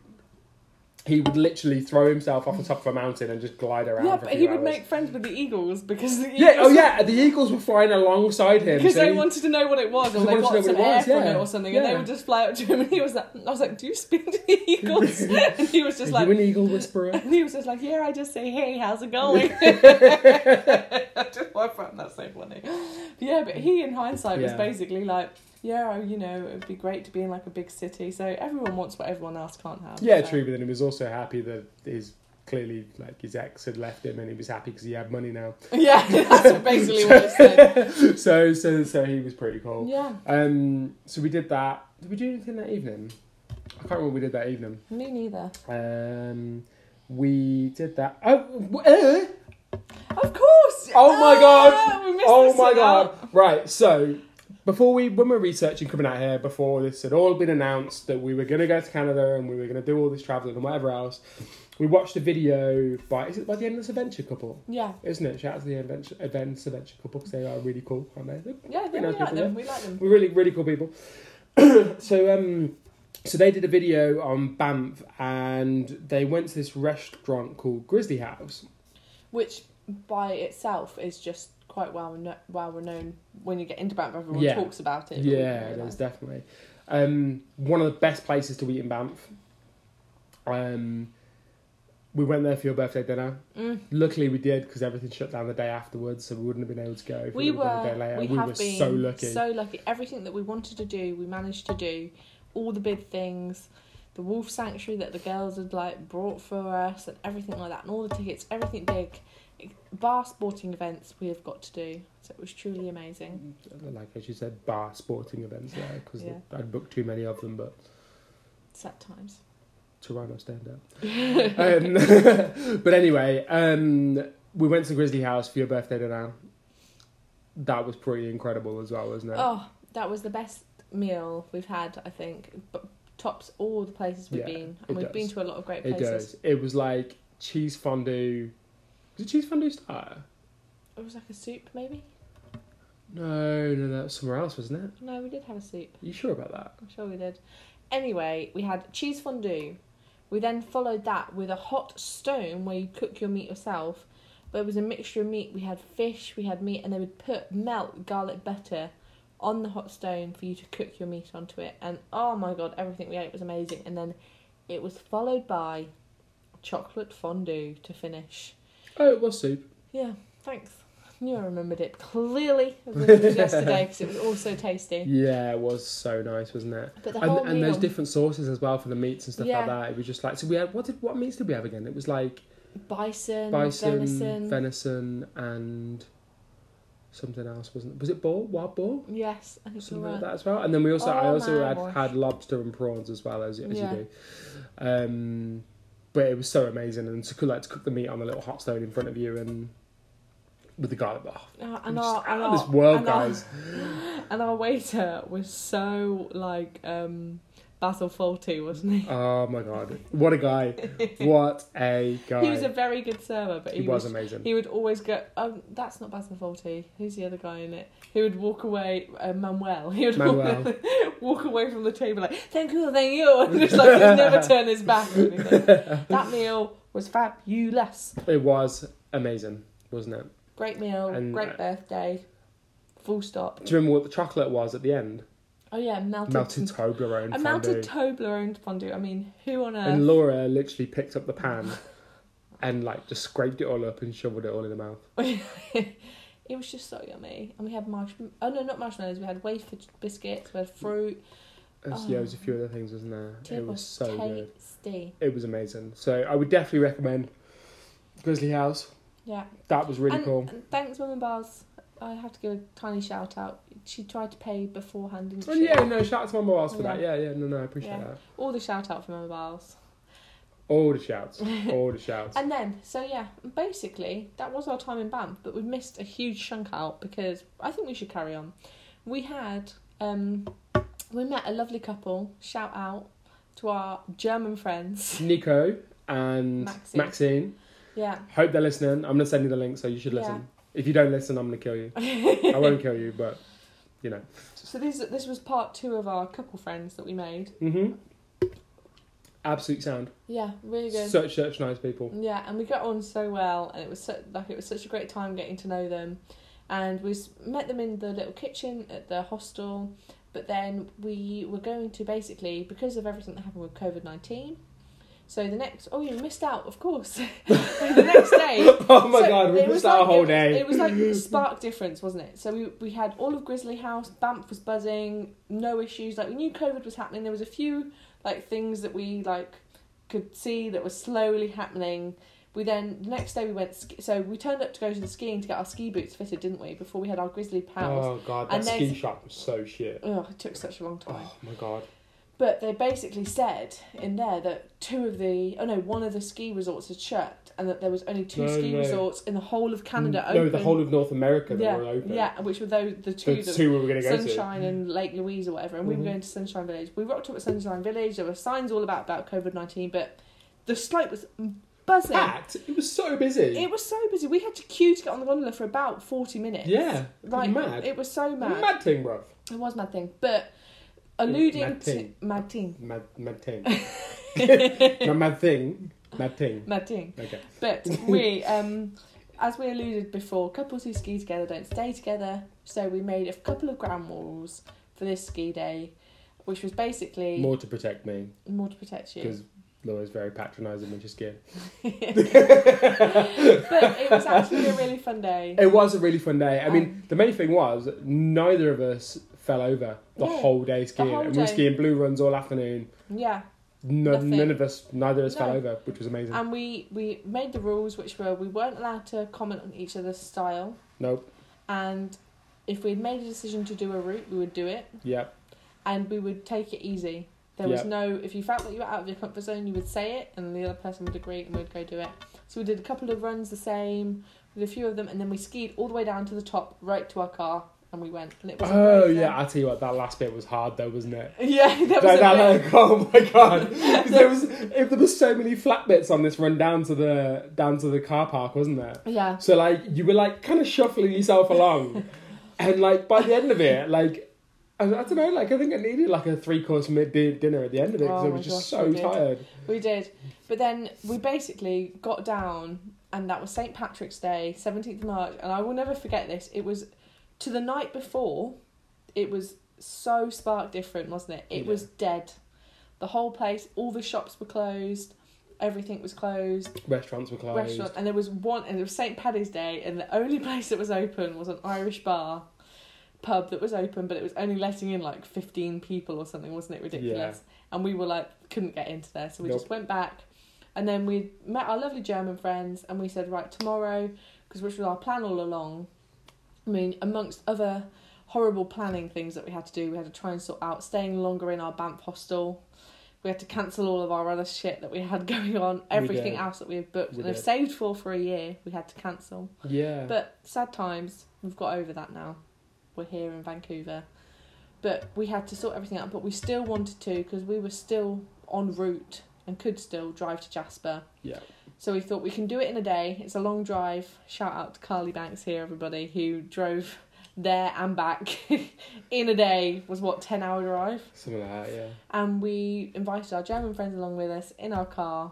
Speaker 1: He would literally throw himself off the top of a mountain and just glide around.
Speaker 2: yeah,
Speaker 1: for a
Speaker 2: but
Speaker 1: few
Speaker 2: he would
Speaker 1: hours.
Speaker 2: make friends with the eagles because the
Speaker 1: [LAUGHS] Yeah, oh
Speaker 2: eagles-
Speaker 1: yeah, the eagles were flying alongside him.
Speaker 2: [LAUGHS] Because
Speaker 1: so
Speaker 2: they
Speaker 1: he-
Speaker 2: wanted to know what it was,
Speaker 1: They
Speaker 2: and they
Speaker 1: wanted to know
Speaker 2: got some
Speaker 1: what it
Speaker 2: air
Speaker 1: was,
Speaker 2: from
Speaker 1: yeah,
Speaker 2: it or something, and they
Speaker 1: yeah.
Speaker 2: would just fly up to him, and he was like, "Mm," "I was like, do you speak
Speaker 1: [LAUGHS]
Speaker 2: to eagles?" [LAUGHS] and he was just
Speaker 1: Are you
Speaker 2: like,
Speaker 1: an eagle
Speaker 2: [LAUGHS]
Speaker 1: whisperer?
Speaker 2: and he was just like, "Yeah, I just say, hey, how's it going?" I [LAUGHS] just I found that so funny. Yeah, but he, in hindsight, was
Speaker 1: Yeah.
Speaker 2: basically like, "Yeah, oh, you know, it'd be great to be in like a big city, so everyone wants what everyone else can't have."
Speaker 1: yeah,
Speaker 2: so.
Speaker 1: true. But then he was also happy that his clearly like his ex had left him, and he was happy because he had money now.
Speaker 2: [LAUGHS]
Speaker 1: [LAUGHS]
Speaker 2: Yeah, that's basically what it said.
Speaker 1: So so so he was pretty cool.
Speaker 2: Yeah,
Speaker 1: Um, so we did that. Did we do anything that evening? I can't remember what we did that evening.
Speaker 2: me neither.
Speaker 1: Um, we did that. Oh, w- eh?
Speaker 2: Of course.
Speaker 1: Oh my
Speaker 2: Ah, [LAUGHS] we missed
Speaker 1: oh
Speaker 2: this
Speaker 1: my
Speaker 2: one
Speaker 1: god!
Speaker 2: out.
Speaker 1: Right, so before we, when we were researching coming out here, before this had all been announced that we were going to go to Canada and we were going to do all this traveling and whatever else, we watched a video by is it by the Endless Adventure Couple,
Speaker 2: Yeah.
Speaker 1: isn't it? Shout out to the Adventure, Endless Adventure Couple because they are really cool, aren't they? They're
Speaker 2: Yeah,
Speaker 1: Pretty
Speaker 2: yeah, we
Speaker 1: nice
Speaker 2: like
Speaker 1: people,
Speaker 2: them. We like them.
Speaker 1: We're really, really cool people. [CLEARS THROAT] so, um, so they did a video on Banff, and they went to this restaurant called Grizzly House.
Speaker 2: Which by itself is just quite well kno- well renowned. When you get into Banff, everyone
Speaker 1: Yeah.
Speaker 2: talks about it. but we don't
Speaker 1: yeah,
Speaker 2: really
Speaker 1: there's
Speaker 2: like
Speaker 1: definitely um, one of the best places to eat in Banff. Um, we went there for your birthday dinner.
Speaker 2: it. Mm.
Speaker 1: Luckily, we did because everything shut down the day afterwards, so we wouldn't have been able to go. If
Speaker 2: We
Speaker 1: it would have been a day
Speaker 2: were.
Speaker 1: later.
Speaker 2: We,
Speaker 1: we
Speaker 2: have
Speaker 1: were
Speaker 2: been
Speaker 1: so lucky.
Speaker 2: So lucky. Everything that we wanted to do, we managed to do. All the big things. The wolf sanctuary that the girls had like brought for us and everything like that, and all the tickets, everything big, bar sporting events we have got to do. So it was truly amazing.
Speaker 1: like as you said, bar sporting events there because
Speaker 2: Yeah.
Speaker 1: I'd booked too many of them, but [LAUGHS]
Speaker 2: Set times. [LAUGHS]
Speaker 1: Toronto stand up. um, [LAUGHS] but anyway, um, we went to Grizzly House for your birthday dinner. That was pretty incredible as well, wasn't it?
Speaker 2: Oh, that was the best meal we've had, I think. But tops all the places we've
Speaker 1: Yeah,
Speaker 2: been.
Speaker 1: it
Speaker 2: And we've been
Speaker 1: does.
Speaker 2: to a lot of great
Speaker 1: it
Speaker 2: places.
Speaker 1: does. It was like cheese fondue. Was it cheese fondue starter?
Speaker 2: It was like a soup, maybe?
Speaker 1: No, no, that was somewhere else, wasn't it?
Speaker 2: No, we did have a soup.
Speaker 1: Are you sure about that?
Speaker 2: I'm sure we did. Anyway, we had cheese fondue. We then followed that with a hot stone where you cook your meat yourself. But it was a mixture of meat. We had fish, we had meat, and they would put melt garlic butter on the hot stone for you to cook your meat onto it. And oh my god, everything we ate was amazing. And then it was followed by chocolate fondue to finish.
Speaker 1: Oh, it was soup.
Speaker 2: Yeah, thanks. Knew I remembered it clearly as much
Speaker 1: [LAUGHS]
Speaker 2: as yesterday because it was all so tasty.
Speaker 1: Yeah, it was so nice, wasn't it?
Speaker 2: But the
Speaker 1: And,
Speaker 2: whole
Speaker 1: and
Speaker 2: meal,
Speaker 1: those different sauces as well for the meats and stuff
Speaker 2: Yeah.
Speaker 1: like that. It was just like so we had what did what meats did we have again? It was like
Speaker 2: bison,
Speaker 1: bison,
Speaker 2: venison,
Speaker 1: venison, and something else, wasn't it? Was it boar, wild boar,
Speaker 2: yes, I think you're
Speaker 1: something like
Speaker 2: right.
Speaker 1: that as well? And then we also I
Speaker 2: Oh
Speaker 1: also
Speaker 2: my
Speaker 1: had
Speaker 2: gosh.
Speaker 1: had lobster and prawns as well as, as
Speaker 2: Yeah.
Speaker 1: you do. Um, but it was so amazing and to cook like to cook the meat on a little hot stone in front of you and with the garlic. Oh,
Speaker 2: Uh,
Speaker 1: I'm
Speaker 2: and
Speaker 1: just
Speaker 2: our, and
Speaker 1: out
Speaker 2: our,
Speaker 1: of this world,
Speaker 2: and our-
Speaker 1: guys.
Speaker 2: [LAUGHS] and our waiter was so like um, Basil Fawlty, wasn't he? [LAUGHS]
Speaker 1: Oh my god, what a guy! What a guy!
Speaker 2: He was a very good server, but
Speaker 1: He
Speaker 2: he,
Speaker 1: was
Speaker 2: was.
Speaker 1: amazing.
Speaker 2: He would always go. Um, that's not Basil Fawlty. Who's the other guy in it? He would walk away. Uh, Manuel. He would
Speaker 1: Manuel.
Speaker 2: [LAUGHS] walk away from the table like thank you, thank you, [LAUGHS] and just like he'd never turn his back. Or anything.
Speaker 1: [LAUGHS]
Speaker 2: that meal was fabulous.
Speaker 1: It was amazing, wasn't it?
Speaker 2: Great meal.
Speaker 1: And,
Speaker 2: great
Speaker 1: uh,
Speaker 2: birthday. Full stop.
Speaker 1: Do you remember what the chocolate was at the end?
Speaker 2: Oh yeah, melted.
Speaker 1: Melted Toblerone
Speaker 2: a
Speaker 1: fondue.
Speaker 2: melted Toblerone fondue. I mean, who on earth?
Speaker 1: and Laura literally picked up the pan and like just scraped it all up and shoveled it all in her mouth.
Speaker 2: It was just so yummy. And we had marshmallows. Oh, no, not marshmallows. We had wafer ch- biscuits, we had fruit.
Speaker 1: There's-
Speaker 2: Oh.
Speaker 1: Yeah, there was a few other things, wasn't there?
Speaker 2: It was
Speaker 1: so good.
Speaker 2: tasty.
Speaker 1: It was amazing. So I would definitely recommend Grizzly House.
Speaker 2: Yeah.
Speaker 1: That was really
Speaker 2: and,
Speaker 1: cool.
Speaker 2: and thanks, Mum and Bars. I have to give a tiny shout out. She tried to pay beforehand and
Speaker 1: Oh
Speaker 2: shit.
Speaker 1: yeah, no, shout out to my mum for
Speaker 2: Yeah.
Speaker 1: that. Yeah, yeah, no, no, I appreciate
Speaker 2: Yeah.
Speaker 1: that.
Speaker 2: All the shout out for Mum and Bars.
Speaker 1: All the
Speaker 2: [LAUGHS]
Speaker 1: shouts, all the shouts.
Speaker 2: And then, so yeah, basically, that was our time in Banff, but we missed a huge chunk out because I think we should carry on. We had, um, we met a lovely couple. Shout out to our
Speaker 1: [LAUGHS]
Speaker 2: German friends.
Speaker 1: Nico and
Speaker 2: Maxine.
Speaker 1: Maxine.
Speaker 2: Yeah.
Speaker 1: Hope they're listening. I'm gonna send you the link, so you should listen. If you don't listen, I'm gonna kill you. I won't kill you, but you know.
Speaker 2: So this this was part two of our couple friends that we made.
Speaker 1: hmm Absolute sound.
Speaker 2: Yeah, really good.
Speaker 1: Such such nice people.
Speaker 2: yeah, and we got on so well, and it was so, like it was such a great time getting to know them, and we s- met them in the little kitchen at the hostel, but then we were going to basically because of everything that happened with COVID nineteen. So the next, oh, you missed out, of course. [LAUGHS] the next day,
Speaker 1: [LAUGHS] oh my
Speaker 2: So
Speaker 1: god, we
Speaker 2: it was
Speaker 1: missed out
Speaker 2: like-
Speaker 1: a whole
Speaker 2: it,
Speaker 1: day.
Speaker 2: It
Speaker 1: [LAUGHS]
Speaker 2: was like spark difference, wasn't it? So we we had all of Grizzly House, Banff was buzzing, no issues. Like we knew COVID was happening. There was a few like things that we like could see that were slowly happening. We then the next day we went ski- so we turned up to go to the skiing to get our ski boots fitted, didn't we? Before we had our Grizzly pals.
Speaker 1: oh god, that
Speaker 2: And
Speaker 1: ski
Speaker 2: there's-
Speaker 1: shop was so shit.
Speaker 2: Oh, it took such a long time.
Speaker 1: Oh my god.
Speaker 2: But they basically said in there that two of the oh no one of the ski resorts had shut and that there was only two
Speaker 1: No,
Speaker 2: ski
Speaker 1: no.
Speaker 2: resorts in the whole of Canada
Speaker 1: Mm. no,
Speaker 2: open.
Speaker 1: the whole of North America that
Speaker 2: yeah,
Speaker 1: were open.
Speaker 2: yeah, which were those the two
Speaker 1: The
Speaker 2: that
Speaker 1: two we were gonna go
Speaker 2: Sunshine and Lake Louise or whatever, and we
Speaker 1: Mhm.
Speaker 2: were going to Sunshine Village. We rocked up at Sunshine Village. There were signs all about about COVID nineteen, but the slope was
Speaker 1: to.
Speaker 2: buzzing.
Speaker 1: Packed. It was so busy.
Speaker 2: It was so busy. We had to queue to get on the gondola for about forty minutes.
Speaker 1: yeah.
Speaker 2: like
Speaker 1: mad.
Speaker 2: it was so mad.
Speaker 1: mad thing, bruv.
Speaker 2: It was mad thing, but
Speaker 1: was
Speaker 2: alluding
Speaker 1: mad
Speaker 2: to
Speaker 1: thing.
Speaker 2: mad thing,
Speaker 1: Mad mad
Speaker 2: [LAUGHS]
Speaker 1: thing. [LAUGHS] Not mad thing. Mad thing.
Speaker 2: mad thing.
Speaker 1: Okay.
Speaker 2: But we, um, as we alluded before, couples who ski together don't stay together. So we made a couple of ground walls for this ski day, which was basically
Speaker 1: More to protect me.
Speaker 2: more to protect you.
Speaker 1: [LAUGHS] because Laura's very patronising when she's scared.
Speaker 2: [LAUGHS] but it was actually a really fun day.
Speaker 1: [LAUGHS] It was a really fun day. I mean,
Speaker 2: Um,
Speaker 1: the main thing was neither of us fell over the
Speaker 2: Yeah,
Speaker 1: whole day skiing,
Speaker 2: whole
Speaker 1: and we were
Speaker 2: day.
Speaker 1: skiing blue runs all afternoon.
Speaker 2: Yeah,
Speaker 1: No,
Speaker 2: Nothing.
Speaker 1: none of us, neither of us fell
Speaker 2: No. Um,
Speaker 1: over, which was amazing.
Speaker 2: and we we made the rules, which were we weren't allowed to comment on each other's style,
Speaker 1: nope.
Speaker 2: and if we had made a decision to do a route, we would do it,
Speaker 1: Yep.
Speaker 2: and we would take it easy. There was
Speaker 1: Yeah.
Speaker 2: no if you felt that you were out of your comfort zone, you would say it, and the other person would agree, and we'd go do it. So we did a couple of runs the same with a few of them, and then we skied all the way down to the top, right to our car, and we went. And it was
Speaker 1: Oh
Speaker 2: amazing.
Speaker 1: yeah, I tell you what, that last bit was hard though, wasn't it?
Speaker 2: [LAUGHS] yeah, that was
Speaker 1: Like,
Speaker 2: a
Speaker 1: that,
Speaker 2: bit-
Speaker 1: like, [LAUGHS] oh my god! [LAUGHS]
Speaker 2: [LAUGHS]
Speaker 1: 'Cause there was, if there was so many flat bits on this run down to the down to the car park, wasn't there?
Speaker 2: yeah. [LAUGHS]
Speaker 1: So like you were like kind of shuffling yourself along, and like by the end of it, like I, I don't know, like I think I needed like a three course mid di- dinner at the end of it because
Speaker 2: Oh
Speaker 1: I
Speaker 2: my
Speaker 1: was just
Speaker 2: gosh,
Speaker 1: so
Speaker 2: we did.
Speaker 1: tired.
Speaker 2: We did. But then we basically got down, and that was St. Patrick's Day, 17th of March, and I will never forget this. It was to the night before, it was so spark different, wasn't it? It
Speaker 1: Yeah.
Speaker 2: was dead. The whole place, all the shops were closed, everything was closed,
Speaker 1: Restaurants were closed.
Speaker 2: restaurant, and there was one, and it was St. Paddy's Day, and the only [LAUGHS] place that was open was an Irish bar pub that was open, but it was only letting in like 15 people or something, wasn't it? Ridiculous. And we were like, couldn't get into there, so we
Speaker 1: Nope.
Speaker 2: just went back, and then we met our lovely German friends, and we said, right, tomorrow, because which was our plan all along. I mean, amongst other horrible planning things that we had to do, we had to try and sort out staying longer in our Banff hostel. We had to cancel all of our other shit that we had [LAUGHS] going on. Everything
Speaker 1: did.
Speaker 2: else that we had booked
Speaker 1: We
Speaker 2: and have
Speaker 1: did.
Speaker 2: saved for for a year, we had to cancel.
Speaker 1: Yeah.
Speaker 2: But sad times, we've got over that now. We're here in Vancouver. But we had to sort everything out, but we still wanted to because we were still en route and could still drive to Jasper.
Speaker 1: Yeah.
Speaker 2: So we thought we can do it in a day. It's a long drive. Shout out to Carly Banks here, everybody, who drove there and back [LAUGHS] in a day was what, 10 hour drive?
Speaker 1: Some of that, yeah.
Speaker 2: and we invited our German friends along with us in our car.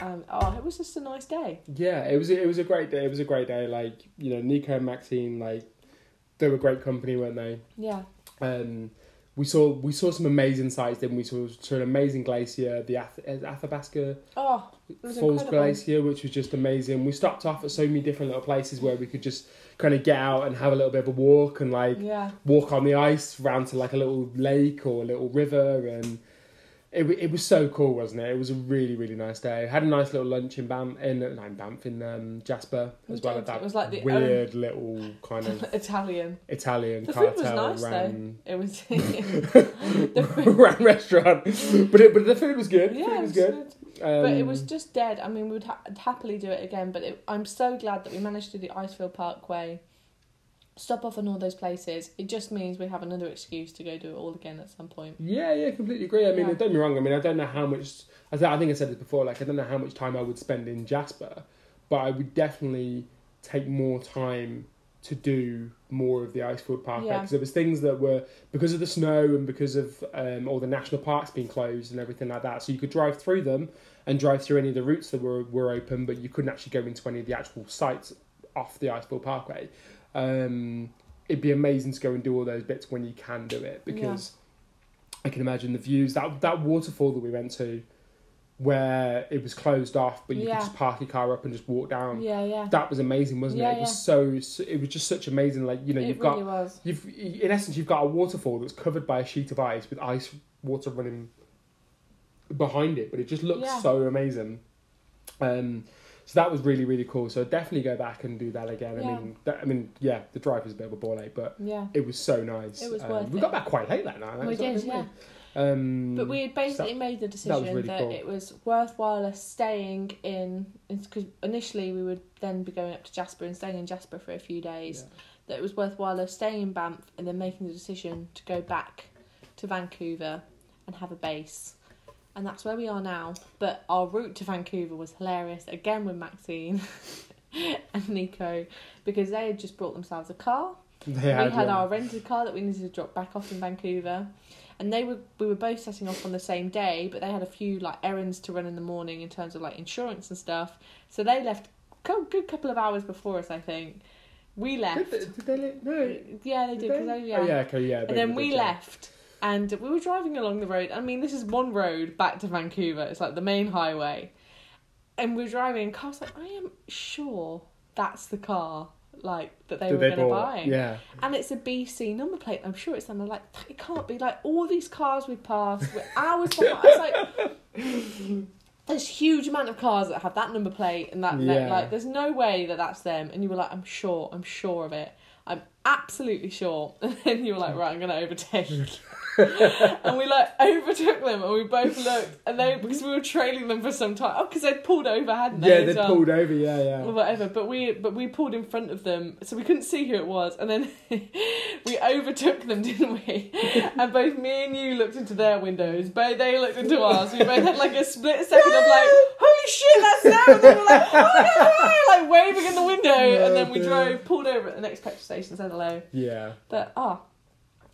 Speaker 2: Um, oh, it was just a nice day.
Speaker 1: Yeah, it was it was a great day. It was a great day. Like you know, Nico and Maxine, like they were great company, weren't they?
Speaker 2: Yeah,
Speaker 1: Um, we saw we saw some amazing sights. Then we saw, saw an amazing glacier, the Ath- uh, Athabasca
Speaker 2: Oh, it was
Speaker 1: Falls
Speaker 2: incredible.
Speaker 1: Glacier, which was just amazing. We stopped off at so many different little places where we could just kind of get out and have a little bit of a walk and like
Speaker 2: yeah, [LAUGHS]
Speaker 1: walk on the ice round to like a little lake or a little river and. It, wa- it was so cool, wasn't it? It was a really, really nice day. Had a nice little lunch in Banff, in, no, in, Banff, in um, Jasper,
Speaker 2: We
Speaker 1: as well
Speaker 2: did.
Speaker 1: as that
Speaker 2: It was like the um,
Speaker 1: weird little kind
Speaker 2: [LAUGHS]
Speaker 1: of
Speaker 2: Italian.
Speaker 1: Italian
Speaker 2: The food was
Speaker 1: cartel
Speaker 2: nice, though.
Speaker 1: ran,
Speaker 2: [LAUGHS]
Speaker 1: [LAUGHS]
Speaker 2: It was. yeah,
Speaker 1: ran restaurant. But it, but the food was good. Yeah,
Speaker 2: it
Speaker 1: food was good. Um,
Speaker 2: But it was just dead. I mean, we would ha- happily do it again. But it, I'm so glad that we managed to do the Icefield Parkway, stop off on all those places. It just means we have another excuse to go do it all again at some point.
Speaker 1: Yeah, yeah, completely agree. I mean,
Speaker 2: Yeah.
Speaker 1: don't get me wrong. I mean, I don't know how much. I th- I think I said this before. Like, I don't know how much time I would spend in Jasper, but I would definitely take more time to do more of the Icefield Park
Speaker 2: Yeah.
Speaker 1: because there was things that were because of the snow and because of um, all the national parks being closed and everything like that. So you could drive through them and drive through any of the routes that were were open, but you couldn't actually go into any of the actual sites off the Icefield Parkway. Um, it'd be amazing to go and do all those bits when you can do it
Speaker 2: Yeah.
Speaker 1: because I can imagine the views. That that waterfall that we went to, where it was closed off, but you
Speaker 2: Yeah.
Speaker 1: could just park your car up and just walk down.
Speaker 2: Yeah, yeah.
Speaker 1: That was amazing, wasn't
Speaker 2: Yeah,
Speaker 1: it? It was so, so. It was just such amazing. Like you know,
Speaker 2: it
Speaker 1: you've
Speaker 2: really
Speaker 1: got
Speaker 2: was.
Speaker 1: you've in essence you've got a waterfall that's covered by a sheet of ice with ice water running behind it, but it just looks
Speaker 2: Yeah.
Speaker 1: so amazing. Um, so that was really really cool. So definitely go back and do that again. I
Speaker 2: Yeah.
Speaker 1: mean, that, I mean, yeah, the drive was a bit of a ball ache, but
Speaker 2: Yeah.
Speaker 1: it was so nice.
Speaker 2: It was
Speaker 1: Um,
Speaker 2: worth
Speaker 1: we
Speaker 2: it.
Speaker 1: got back quite late that night.
Speaker 2: We
Speaker 1: actually,
Speaker 2: did,
Speaker 1: didn't
Speaker 2: yeah.
Speaker 1: Um,
Speaker 2: But we had basically made the
Speaker 1: was
Speaker 2: decision that,
Speaker 1: really cool.
Speaker 2: it was worthwhile us staying in, because initially we would then be going up to Jasper and staying in Jasper for a few days, that it was worthwhile us staying in Banff and then making the decision to go back to Vancouver and have a base. And that's where we are now. But our route to Vancouver was hilarious, again with Maxine [LAUGHS] and Nico, because they had just brought themselves a car
Speaker 1: They
Speaker 2: we had
Speaker 1: yeah.
Speaker 2: our rented car that we needed to drop back off in Vancouver, and they were we were both setting off on the same day, but they had a few like errands to run in the morning in terms of like insurance and stuff. So they left a good couple of hours before us, I think. We
Speaker 1: Did
Speaker 2: left.
Speaker 1: they, did they li- no?
Speaker 2: [LAUGHS] Yeah, they
Speaker 1: did
Speaker 2: did. Cause
Speaker 1: they?
Speaker 2: they, yeah.
Speaker 1: Oh, yeah, okay, yeah. they
Speaker 2: And then
Speaker 1: did,
Speaker 2: we
Speaker 1: yeah.
Speaker 2: left, and we were driving along the road. I mean, this is one road back to Vancouver. It's like the main highway, and we we're driving. And Carl's like, I am sure that's the car like that they
Speaker 1: That
Speaker 2: were going to
Speaker 1: bought-
Speaker 2: buy
Speaker 1: Yeah.
Speaker 2: and it's a BC number plate. I'm sure it's them. I'm like, it can't be. Like all these cars we passed, we're hours behind. I was like,
Speaker 1: [LAUGHS]
Speaker 2: there's huge amount of cars that have that number plate and that that-
Speaker 1: Yeah.
Speaker 2: like. There's no way that that's them. And you were like, I'm sure. I'm sure of it. I'm absolutely sure. [LAUGHS] And then you were like, right, I'm
Speaker 1: [LAUGHS]
Speaker 2: gonna overtake. and we like overtook them, and we both looked, and they because we were trailing them for some time. Oh, because they'd pulled over, hadn't they?
Speaker 1: Yeah,
Speaker 2: as
Speaker 1: they
Speaker 2: well?
Speaker 1: pulled over. Yeah,
Speaker 2: or
Speaker 1: yeah.
Speaker 2: whatever. But we but we pulled in front of them, so we couldn't see who it was, and then [LAUGHS] we overtook them, [LAUGHS]
Speaker 1: [LAUGHS]
Speaker 2: didn't we? And both me and you looked into their windows, but they looked into ours. We both had like a split second of like, who holy shit, that's Sarah. And they were like, oh, hello, like waving in the window.
Speaker 1: Oh
Speaker 2: and then we
Speaker 1: Okay.
Speaker 2: drove, pulled over at the next petrol station, said hello.
Speaker 1: Yeah,
Speaker 2: But, ah,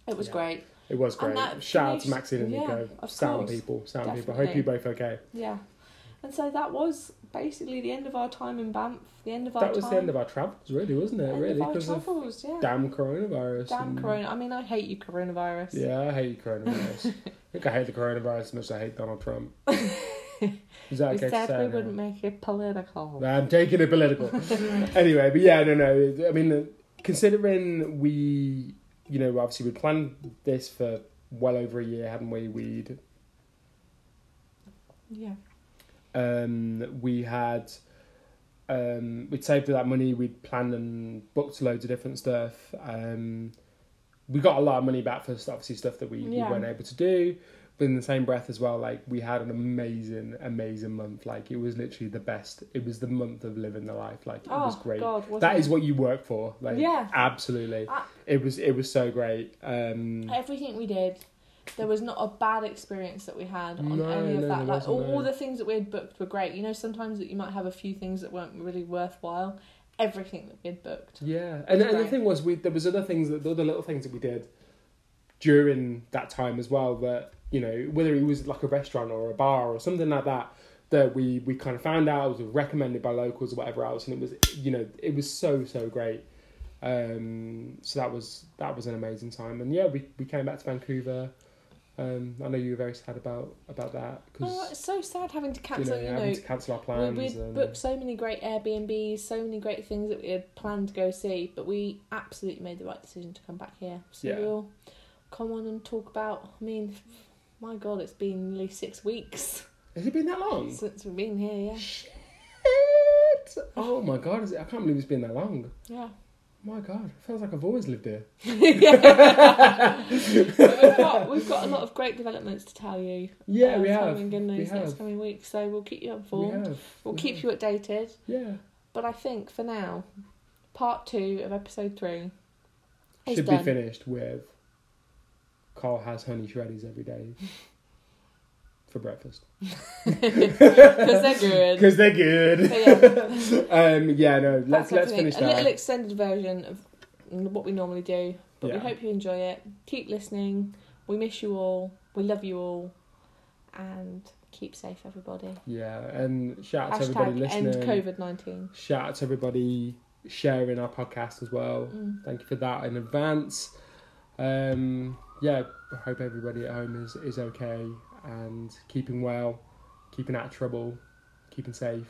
Speaker 2: it was
Speaker 1: Yeah.
Speaker 2: great.
Speaker 1: it was
Speaker 2: And
Speaker 1: great.
Speaker 2: that
Speaker 1: Shout out to
Speaker 2: finished-
Speaker 1: Maxine and
Speaker 2: yeah,
Speaker 1: Nico.
Speaker 2: of
Speaker 1: Sound
Speaker 2: course.
Speaker 1: people, sound people. I hope you both okay.
Speaker 2: Yeah. And so that was basically the end of our time in Banff, the end of our
Speaker 1: That was
Speaker 2: time.
Speaker 1: the end of our travels, really, wasn't it?
Speaker 2: end of
Speaker 1: really,
Speaker 2: our
Speaker 1: because of
Speaker 2: travels, yeah.
Speaker 1: damn coronavirus.
Speaker 2: Damn
Speaker 1: and-
Speaker 2: corona. I mean, I hate you, coronavirus.
Speaker 1: Yeah, I hate
Speaker 2: [LAUGHS]
Speaker 1: coronavirus. I think I hate the coronavirus as much as I hate Donald Trump. Is that
Speaker 2: we
Speaker 1: okay to
Speaker 2: said
Speaker 1: say?
Speaker 2: we
Speaker 1: now?
Speaker 2: wouldn't make it political.
Speaker 1: I'm taking it
Speaker 2: [LAUGHS]
Speaker 1: political. anyway, but yeah, no, no. I mean, considering we, you know, obviously we planned this for well over a year, hadn't we? We'd,
Speaker 2: Yeah.
Speaker 1: um, we had, um, we'd saved all that money. We'd planned and booked loads of different stuff. Um, we got a lot of money back for s- obviously stuff that we,
Speaker 2: Yeah.
Speaker 1: we weren't able to do. But in the same breath as well, like we had an amazing, amazing month. Like it was literally the best. It was the month of living the life. Like it
Speaker 2: oh,
Speaker 1: was great.
Speaker 2: God, wasn't
Speaker 1: That
Speaker 2: it?
Speaker 1: is what you work for. Like,
Speaker 2: Yeah.
Speaker 1: absolutely.
Speaker 2: Ah.
Speaker 1: It was it was so great. Um,
Speaker 2: Everything we did, there was not a bad experience that we had on
Speaker 1: No,
Speaker 2: any
Speaker 1: no,
Speaker 2: of that.
Speaker 1: there
Speaker 2: Like
Speaker 1: wasn't,
Speaker 2: all, all
Speaker 1: no.
Speaker 2: the things that we had booked were great. You know, sometimes that you might have a few things that weren't really worthwhile. Everything that we had booked.
Speaker 1: yeah, and, and the
Speaker 2: Right.
Speaker 1: thing was, we there was other things that the other little things that we did during that time as well. That you know, whether it was like a restaurant or a bar or something like that, that we we kind of found out was recommended by locals or whatever else, and it was you know it was so so great. Um, so that was that was an amazing time, and yeah, we, we came back to Vancouver. Um, I know you were very sad about about that
Speaker 2: Oh,
Speaker 1: because
Speaker 2: it's so sad having to
Speaker 1: you know
Speaker 2: cancel. uh, You know,
Speaker 1: having to cancel our plans.
Speaker 2: we, we'd
Speaker 1: and...
Speaker 2: booked so many great Airbnbs, so many great things that we had planned to go see, but we absolutely made the right decision to come back here. So
Speaker 1: Yeah.
Speaker 2: we'll come on and talk about. I mean, my God, it's been nearly six weeks
Speaker 1: Has it been that long?
Speaker 2: since we've been here. Yeah,
Speaker 1: Shit! [LAUGHS] Oh my god, is it, I can't believe it's been that long.
Speaker 2: [LAUGHS] yeah.
Speaker 1: My god, it feels like I've always lived here.
Speaker 2: But we've, got, we've got a lot of great developments to tell you.
Speaker 1: Yeah,
Speaker 2: um,
Speaker 1: we have.
Speaker 2: Coming good
Speaker 1: We
Speaker 2: news next
Speaker 1: have.
Speaker 2: coming week, so we'll keep you
Speaker 1: We
Speaker 2: informed.
Speaker 1: have.
Speaker 2: We'll
Speaker 1: we
Speaker 2: keep
Speaker 1: have.
Speaker 2: you updated.
Speaker 1: Yeah.
Speaker 2: But I think for now, part two of episode three is
Speaker 1: Should
Speaker 2: done.
Speaker 1: be finished with Carl has honey shreddies every day
Speaker 2: [LAUGHS]
Speaker 1: for breakfast.
Speaker 2: [LAUGHS] Because
Speaker 1: [LAUGHS]
Speaker 2: they're good.
Speaker 1: Because they're good.
Speaker 2: But
Speaker 1: [LAUGHS]
Speaker 2: yeah,
Speaker 1: um, yeah, no, let's
Speaker 2: that's
Speaker 1: let's
Speaker 2: everything.
Speaker 1: finish
Speaker 2: A
Speaker 1: that.
Speaker 2: little extended version of what we normally do, but
Speaker 1: Yeah.
Speaker 2: we hope you enjoy it. Keep listening. We miss you all. We love you all, and keep safe, everybody.
Speaker 1: yeah, and shout out to everybody
Speaker 2: Hashtag end
Speaker 1: listening.
Speaker 2: COVID nineteen.
Speaker 1: Shout out to everybody sharing our podcast as well.
Speaker 2: Mm.
Speaker 1: Thank you for that in advance. Um, yeah, I hope everybody at home is, is okay and keeping well, keeping out of trouble, keeping safe.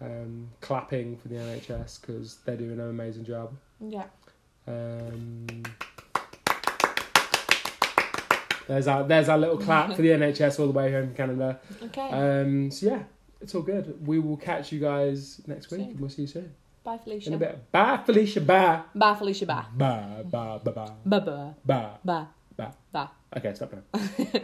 Speaker 1: Um, clapping for the NHS because they're doing an amazing job.
Speaker 2: Yeah.
Speaker 1: Um, there's our there's our little clap
Speaker 2: [LAUGHS]
Speaker 1: for the NHS all the way home from Canada.
Speaker 2: Okay.
Speaker 1: Um, so yeah, it's all good. We will catch you guys next week
Speaker 2: Soon.
Speaker 1: and we'll see you soon.
Speaker 2: bye,
Speaker 1: In a
Speaker 2: Felicia.
Speaker 1: bit. Bye, Felicia. Bye.
Speaker 2: Bye, Felicia. Bye.
Speaker 1: Bye. Bye. Bye. Bye.
Speaker 2: Bye. Bye.
Speaker 1: Bye.
Speaker 2: Bye.
Speaker 1: Okay, stop now.